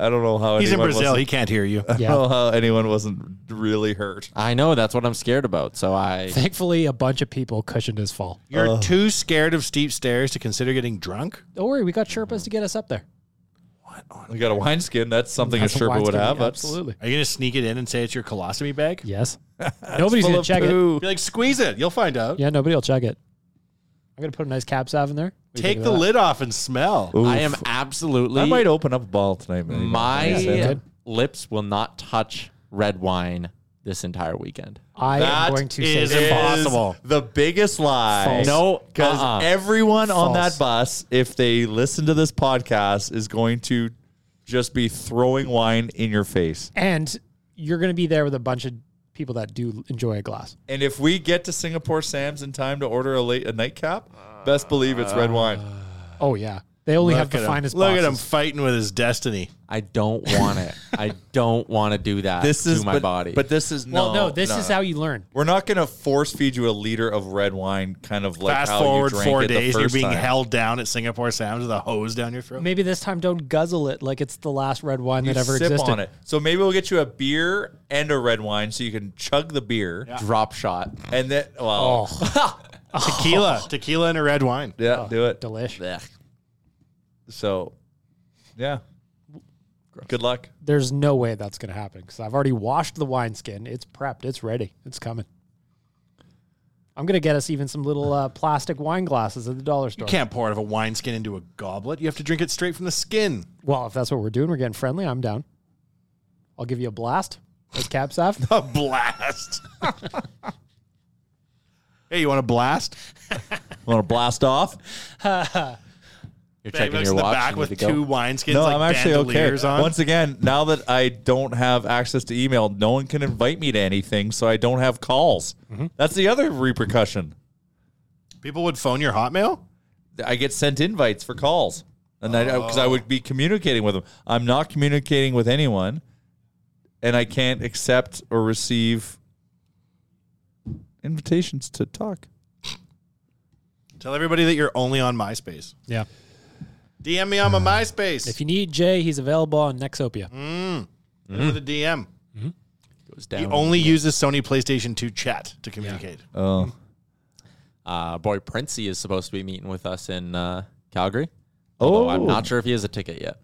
I don't know how
He's in
anyone
Brazil;
wasn't-
he can't
(laughs)
hear you.
I don't
Yeah.
know how anyone wasn't really hurt.
I know that's what I'm scared about. So I
Thankfully, a bunch of people cushioned his fall.
You're
Oh.
too scared of steep stairs to consider getting drunk.
Don't worry, we got Sherpas to get us up there.
We got a wineskin. That's something
That's
a
a
Sherpa would
wineskin,
have. That's-
absolutely.
Are you gonna sneak it in and say it's your colostomy bag?
(laughs)
Yes. Nobody's
full
gonna
of
check it.
poo.
Be like, squeeze it. You'll find out.
Yeah, nobody will check it. I'm gonna put a nice cab salve in there. What do you think
Take
of
the
that?
lid off and smell.
Oof.
I am absolutely
I might open up a ball tonight. man.
Yeah.
my lips will not touch red wine this entire weekend.
I
That
am going to
is
say
impossible.
The biggest lie.
False.
No, because
Uh-uh.
everyone on
False.
that bus, if they listen to this podcast, is going to just be throwing wine in your face.
and you're gonna be there with a bunch of people that do enjoy a glass.
And if we get to Singapore Sam's in time to order a late a nightcap, best believe it's red wine.
Oh yeah, they only have the
at him.
finest.
Look at him
boxes.
fighting with his destiny.
I don't want
(laughs)
it. I don't want to do that
This
to
is
my
but,
body.
But this is no.
Well, no, this is how you learn.
We're not going to force feed you a liter of red wine, kind of like
Fast
how
forward
you drank
four
it the
days, you're
first
being
time.
held down at Singapore Sam's with a hose down your throat.
Maybe this time don't guzzle it like it's the last red wine
You
that ever
sip
existed.
on it. So maybe we'll get you a beer and a red wine, so you can chug the beer.
drop shot.
And then, well,
Oh,
Tequila, tequila, and a red wine.
yeah, do it.
delish.
So, yeah. Good luck.
There's no way that's going to happen because I've already washed the wineskin. It's prepped. It's ready. It's coming. I'm going to get us even some little uh, plastic wine glasses at the dollar
You
store.
can't pour out of a wineskin into a goblet. You have to drink it straight from the skin.
Well, if that's what we're doing, we're getting friendly. I'm down. I'll give you a blast. That's cab salve.
A blast. (laughs) hey, you want a blast?
Want to blast off?
You're
Hey, he
checking
looks
your
in the
watch.
back
you
with
need to go.
two wineskins.
No,
like
I'm actually okay.
bandoliers On.
Once again, now that I don't have access to email, no one can invite me to anything, so I don't have calls.
Mm-hmm.
That's the other repercussion.
People would phone your Hotmail.
I get sent invites for calls, and I because I would be communicating with them. I'm not communicating with anyone, and I can't accept or receive invitations to talk.
Tell everybody that you're only on MySpace.
(laughs) Yeah.
DM me on
(sighs)
my MySpace.
If you need Jay, he's available on Nexopia.
Mm. Go to the DM.
Goes
He
down.
only uses Sony PlayStation 2 chat to communicate.
Oh,
uh, boy, Princey is supposed to be meeting with us in uh, Calgary.
oh,
Although I'm not sure if he has a ticket yet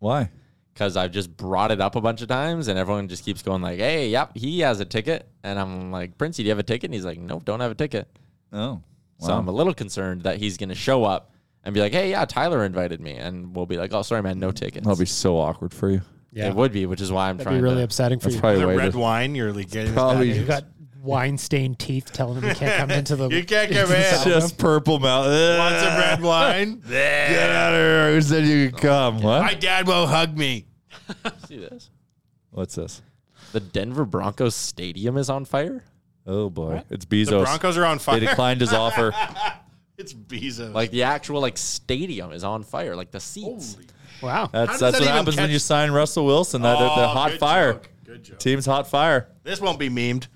Why?
because I've just brought it up a bunch of times and everyone just keeps going like, "Hey, yep, he has a ticket," and I'm like, "Princey, do you have a ticket?" And he's like, "Nope, don't have a ticket."
Oh,
So I'm a little concerned that he's going to show
Mm-hmm.
up and be like, "Hey, yeah, Tyler invited me," and we'll be like, "Oh, sorry, man, no tickets."
That'll be so awkward for you.
Yeah.
It would be, which is why I'm
That'd be
trying.
really
to,
upsetting for you.
The
why
red
this-
wine you're like getting. (laughs)
Probably-
You got wine stained teeth telling him you can't come into the.
(laughs) You can't
(laughs)
come
into the
in.
sauna.
Just purple mouth.
Want some red wine?
Get out of here. Who said you could come? What?
My dad won't hug me.
See this?
What's this?
The Denver Broncos stadium is on fire.
Oh boy, it's
The
Bezos.
Broncos are on fire.
They declined his offer.
(laughs) It's Bezos.
Like the actual like stadium is on fire. Like the seats.
Wow.
That's
does
that's
that
what
even
happens when
catch-
you sign Russell Wilson. That
Oh,
the hot
good
fire.
joke. Good joke.
Team's hot fire. (laughs)
this won't be memed.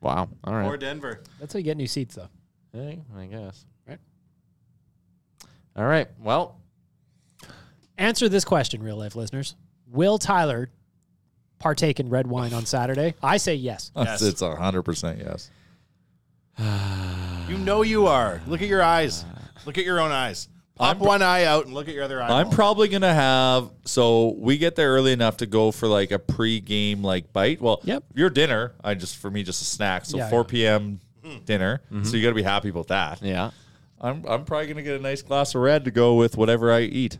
Wow. All
Or
right.
Denver.
That's how you get new seats, though.
Eh, I guess.
Right.
All right. Well,
Answer this question, real life listeners. Will Tyler partake in red wine on Saturday? I say yes.
Yes.
Yes.
It's hundred percent yes.
You know you are. Look at your eyes. Look at your own eyes. Pop one eye out and look at your other eye.
I'm probably gonna have so we get there early enough to go for like a pre-game like bite. Well,
Yep.
your dinner. I just for me just a snack. So
Yeah,
4
yeah.
p.m. dinner.
Mm-hmm.
So you got to be happy about that.
yeah.
I'm I'm probably gonna get a nice glass of red to go with whatever I eat,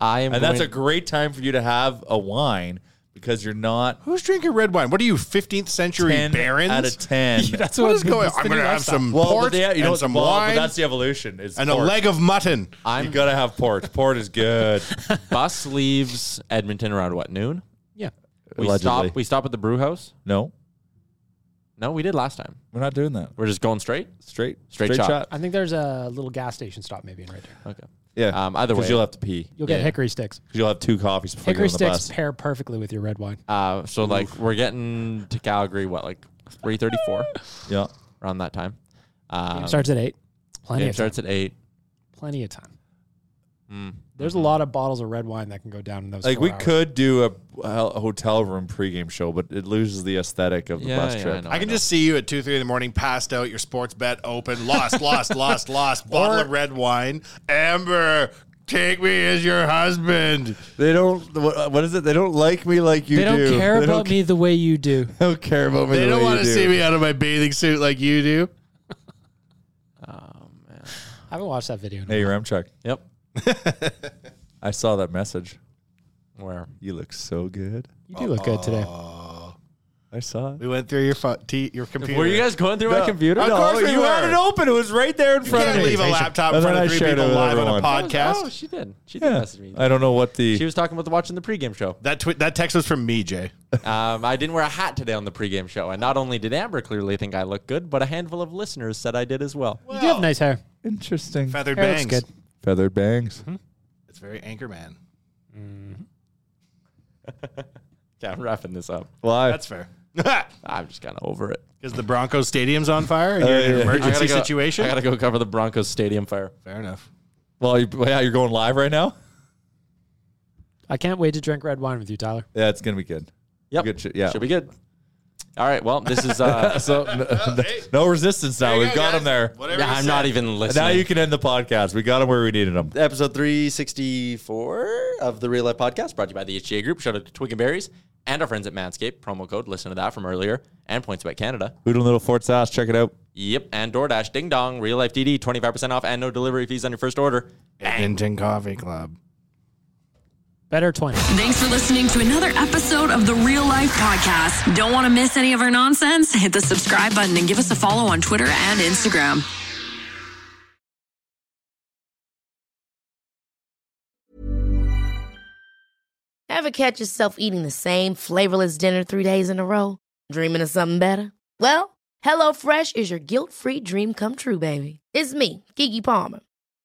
I am.
and that's a
going-
great time for you to have a wine because you're not
Who's drinking red wine? What are you, 15th century
ten
barons?
out of ten.
That's
what is going on? I'm going to have some
Well,
port
but they- you know,
and some
well, but
wine
that's the evolution. Is
and a
port.
leg of mutton.
you (laughs)
I'm
gotta have port. Port is good.
bus leaves Edmonton around what noon?
Yeah.
We
Allegedly.
stop. We stop at the brew house.
no,
No, we did last time.
we're not doing that.
We're just going straight.
Straight,
Straight shot.
I think there's a little gas station stop maybe in right there.
Okay.
Yeah.
Um, either way,
Because you'll have to pee.
You'll get
Yeah.
hickory sticks.
'Cause you'll have two coffees before
Hickory
you're on the
sticks
bus.
pair perfectly with your red wine.
Uh, so like we're getting to Calgary what like three thirty
(gasps)
four
Yeah.
around that time.
Game
Um,
starts at eight. Plenty
game
of time.
starts at eight.
Plenty of time. There's a lot of bottles of red wine that can go down in those.
Like
four
we
hours.
could do a, a hotel room pregame show, but it loses the aesthetic of the
Yeah,
bus
yeah,
trip.
I know.
I can just see you at 2, 3 in the morning, passed out, your sports bet open, lost, (laughs) lost, lost, lost, bottle of red wine. Amber, take me as your husband.
They don't. What, what is it? They don't like me like you
They don't
do.
care
They
about
don't,
me the way you do.
They don't care about me.
They
the
don't
way you
want to
do.
see me out of my bathing suit like you do.
I haven't watched that video. In a
Hey, Remchuk,
Yep.
I saw that message.
Where?
You look so good.
You do look good today.
I saw it.
We went through your fu- t- your computer.
Were you guys going through my computer?
Of
No,
course, we
you
had
were.
it open. It was right there in
You
front
can't
of me.
leave a laptop in
And
front
then
of
I
three
shared it
people
with
live on a
everyone.
Oh,
podcast.
she did. She did
Yeah.
message me.
I don't know what the.
She was talking about the watching the pregame show.
That twi- that text was from me, Jay.
Um, I didn't wear a hat today on the pregame show, and not only did Amber clearly think I looked good, but a handful of listeners said I did as well.
You do have nice hair.
Interesting.
Feathered
Hair
bangs.
looks good.
Feathered bangs.
Hmm? It's very Anchorman.
Yeah, I'm wrapping this up.
Why?
That's fair. (laughs) Because
I'm just kind of over it.
the Broncos stadium's on fire and you're in an
yeah.
I
emergency
gotta go-
situation.
I gotta go cover the Broncos stadium fire.
fair enough.
well, you, well, yeah, you're going live right now.
I can't wait to drink red wine with you, Tyler.
Yeah, it's gonna be good.
Yep.
Good shit, yeah.
Should be good. All right. Well, this is. (laughs) Uh,
(laughs)
So no, no resistance now. We've got him there.
Whatever
yeah,
you
I'm
said.
not even listening.
Now you can end the podcast. We got him where we needed him.
Episode 364 of the Real Life Podcast, brought to you by the HGA Group. Shout out to Twig and Berries and our friends at Manscaped. Promo code, listen to that from earlier, and Points Bet Canada.
Hoodle Little Fort's ass. Check it out.
Yep, and DoorDash. Ding dong. Real Life DD, 25% off and no delivery fees on your first order.
Edmonton Coffee Club.
Better twenty.
Thanks for listening to another episode of the Real Life Podcast. Don't want to miss any of our nonsense? Hit the subscribe button and give us a follow on Twitter and Instagram.
Ever catch yourself eating the same flavorless dinner three days in a row? Dreaming of something better? Well, HelloFresh is your guilt free dream come true, baby. It's me, Gigi Palmer.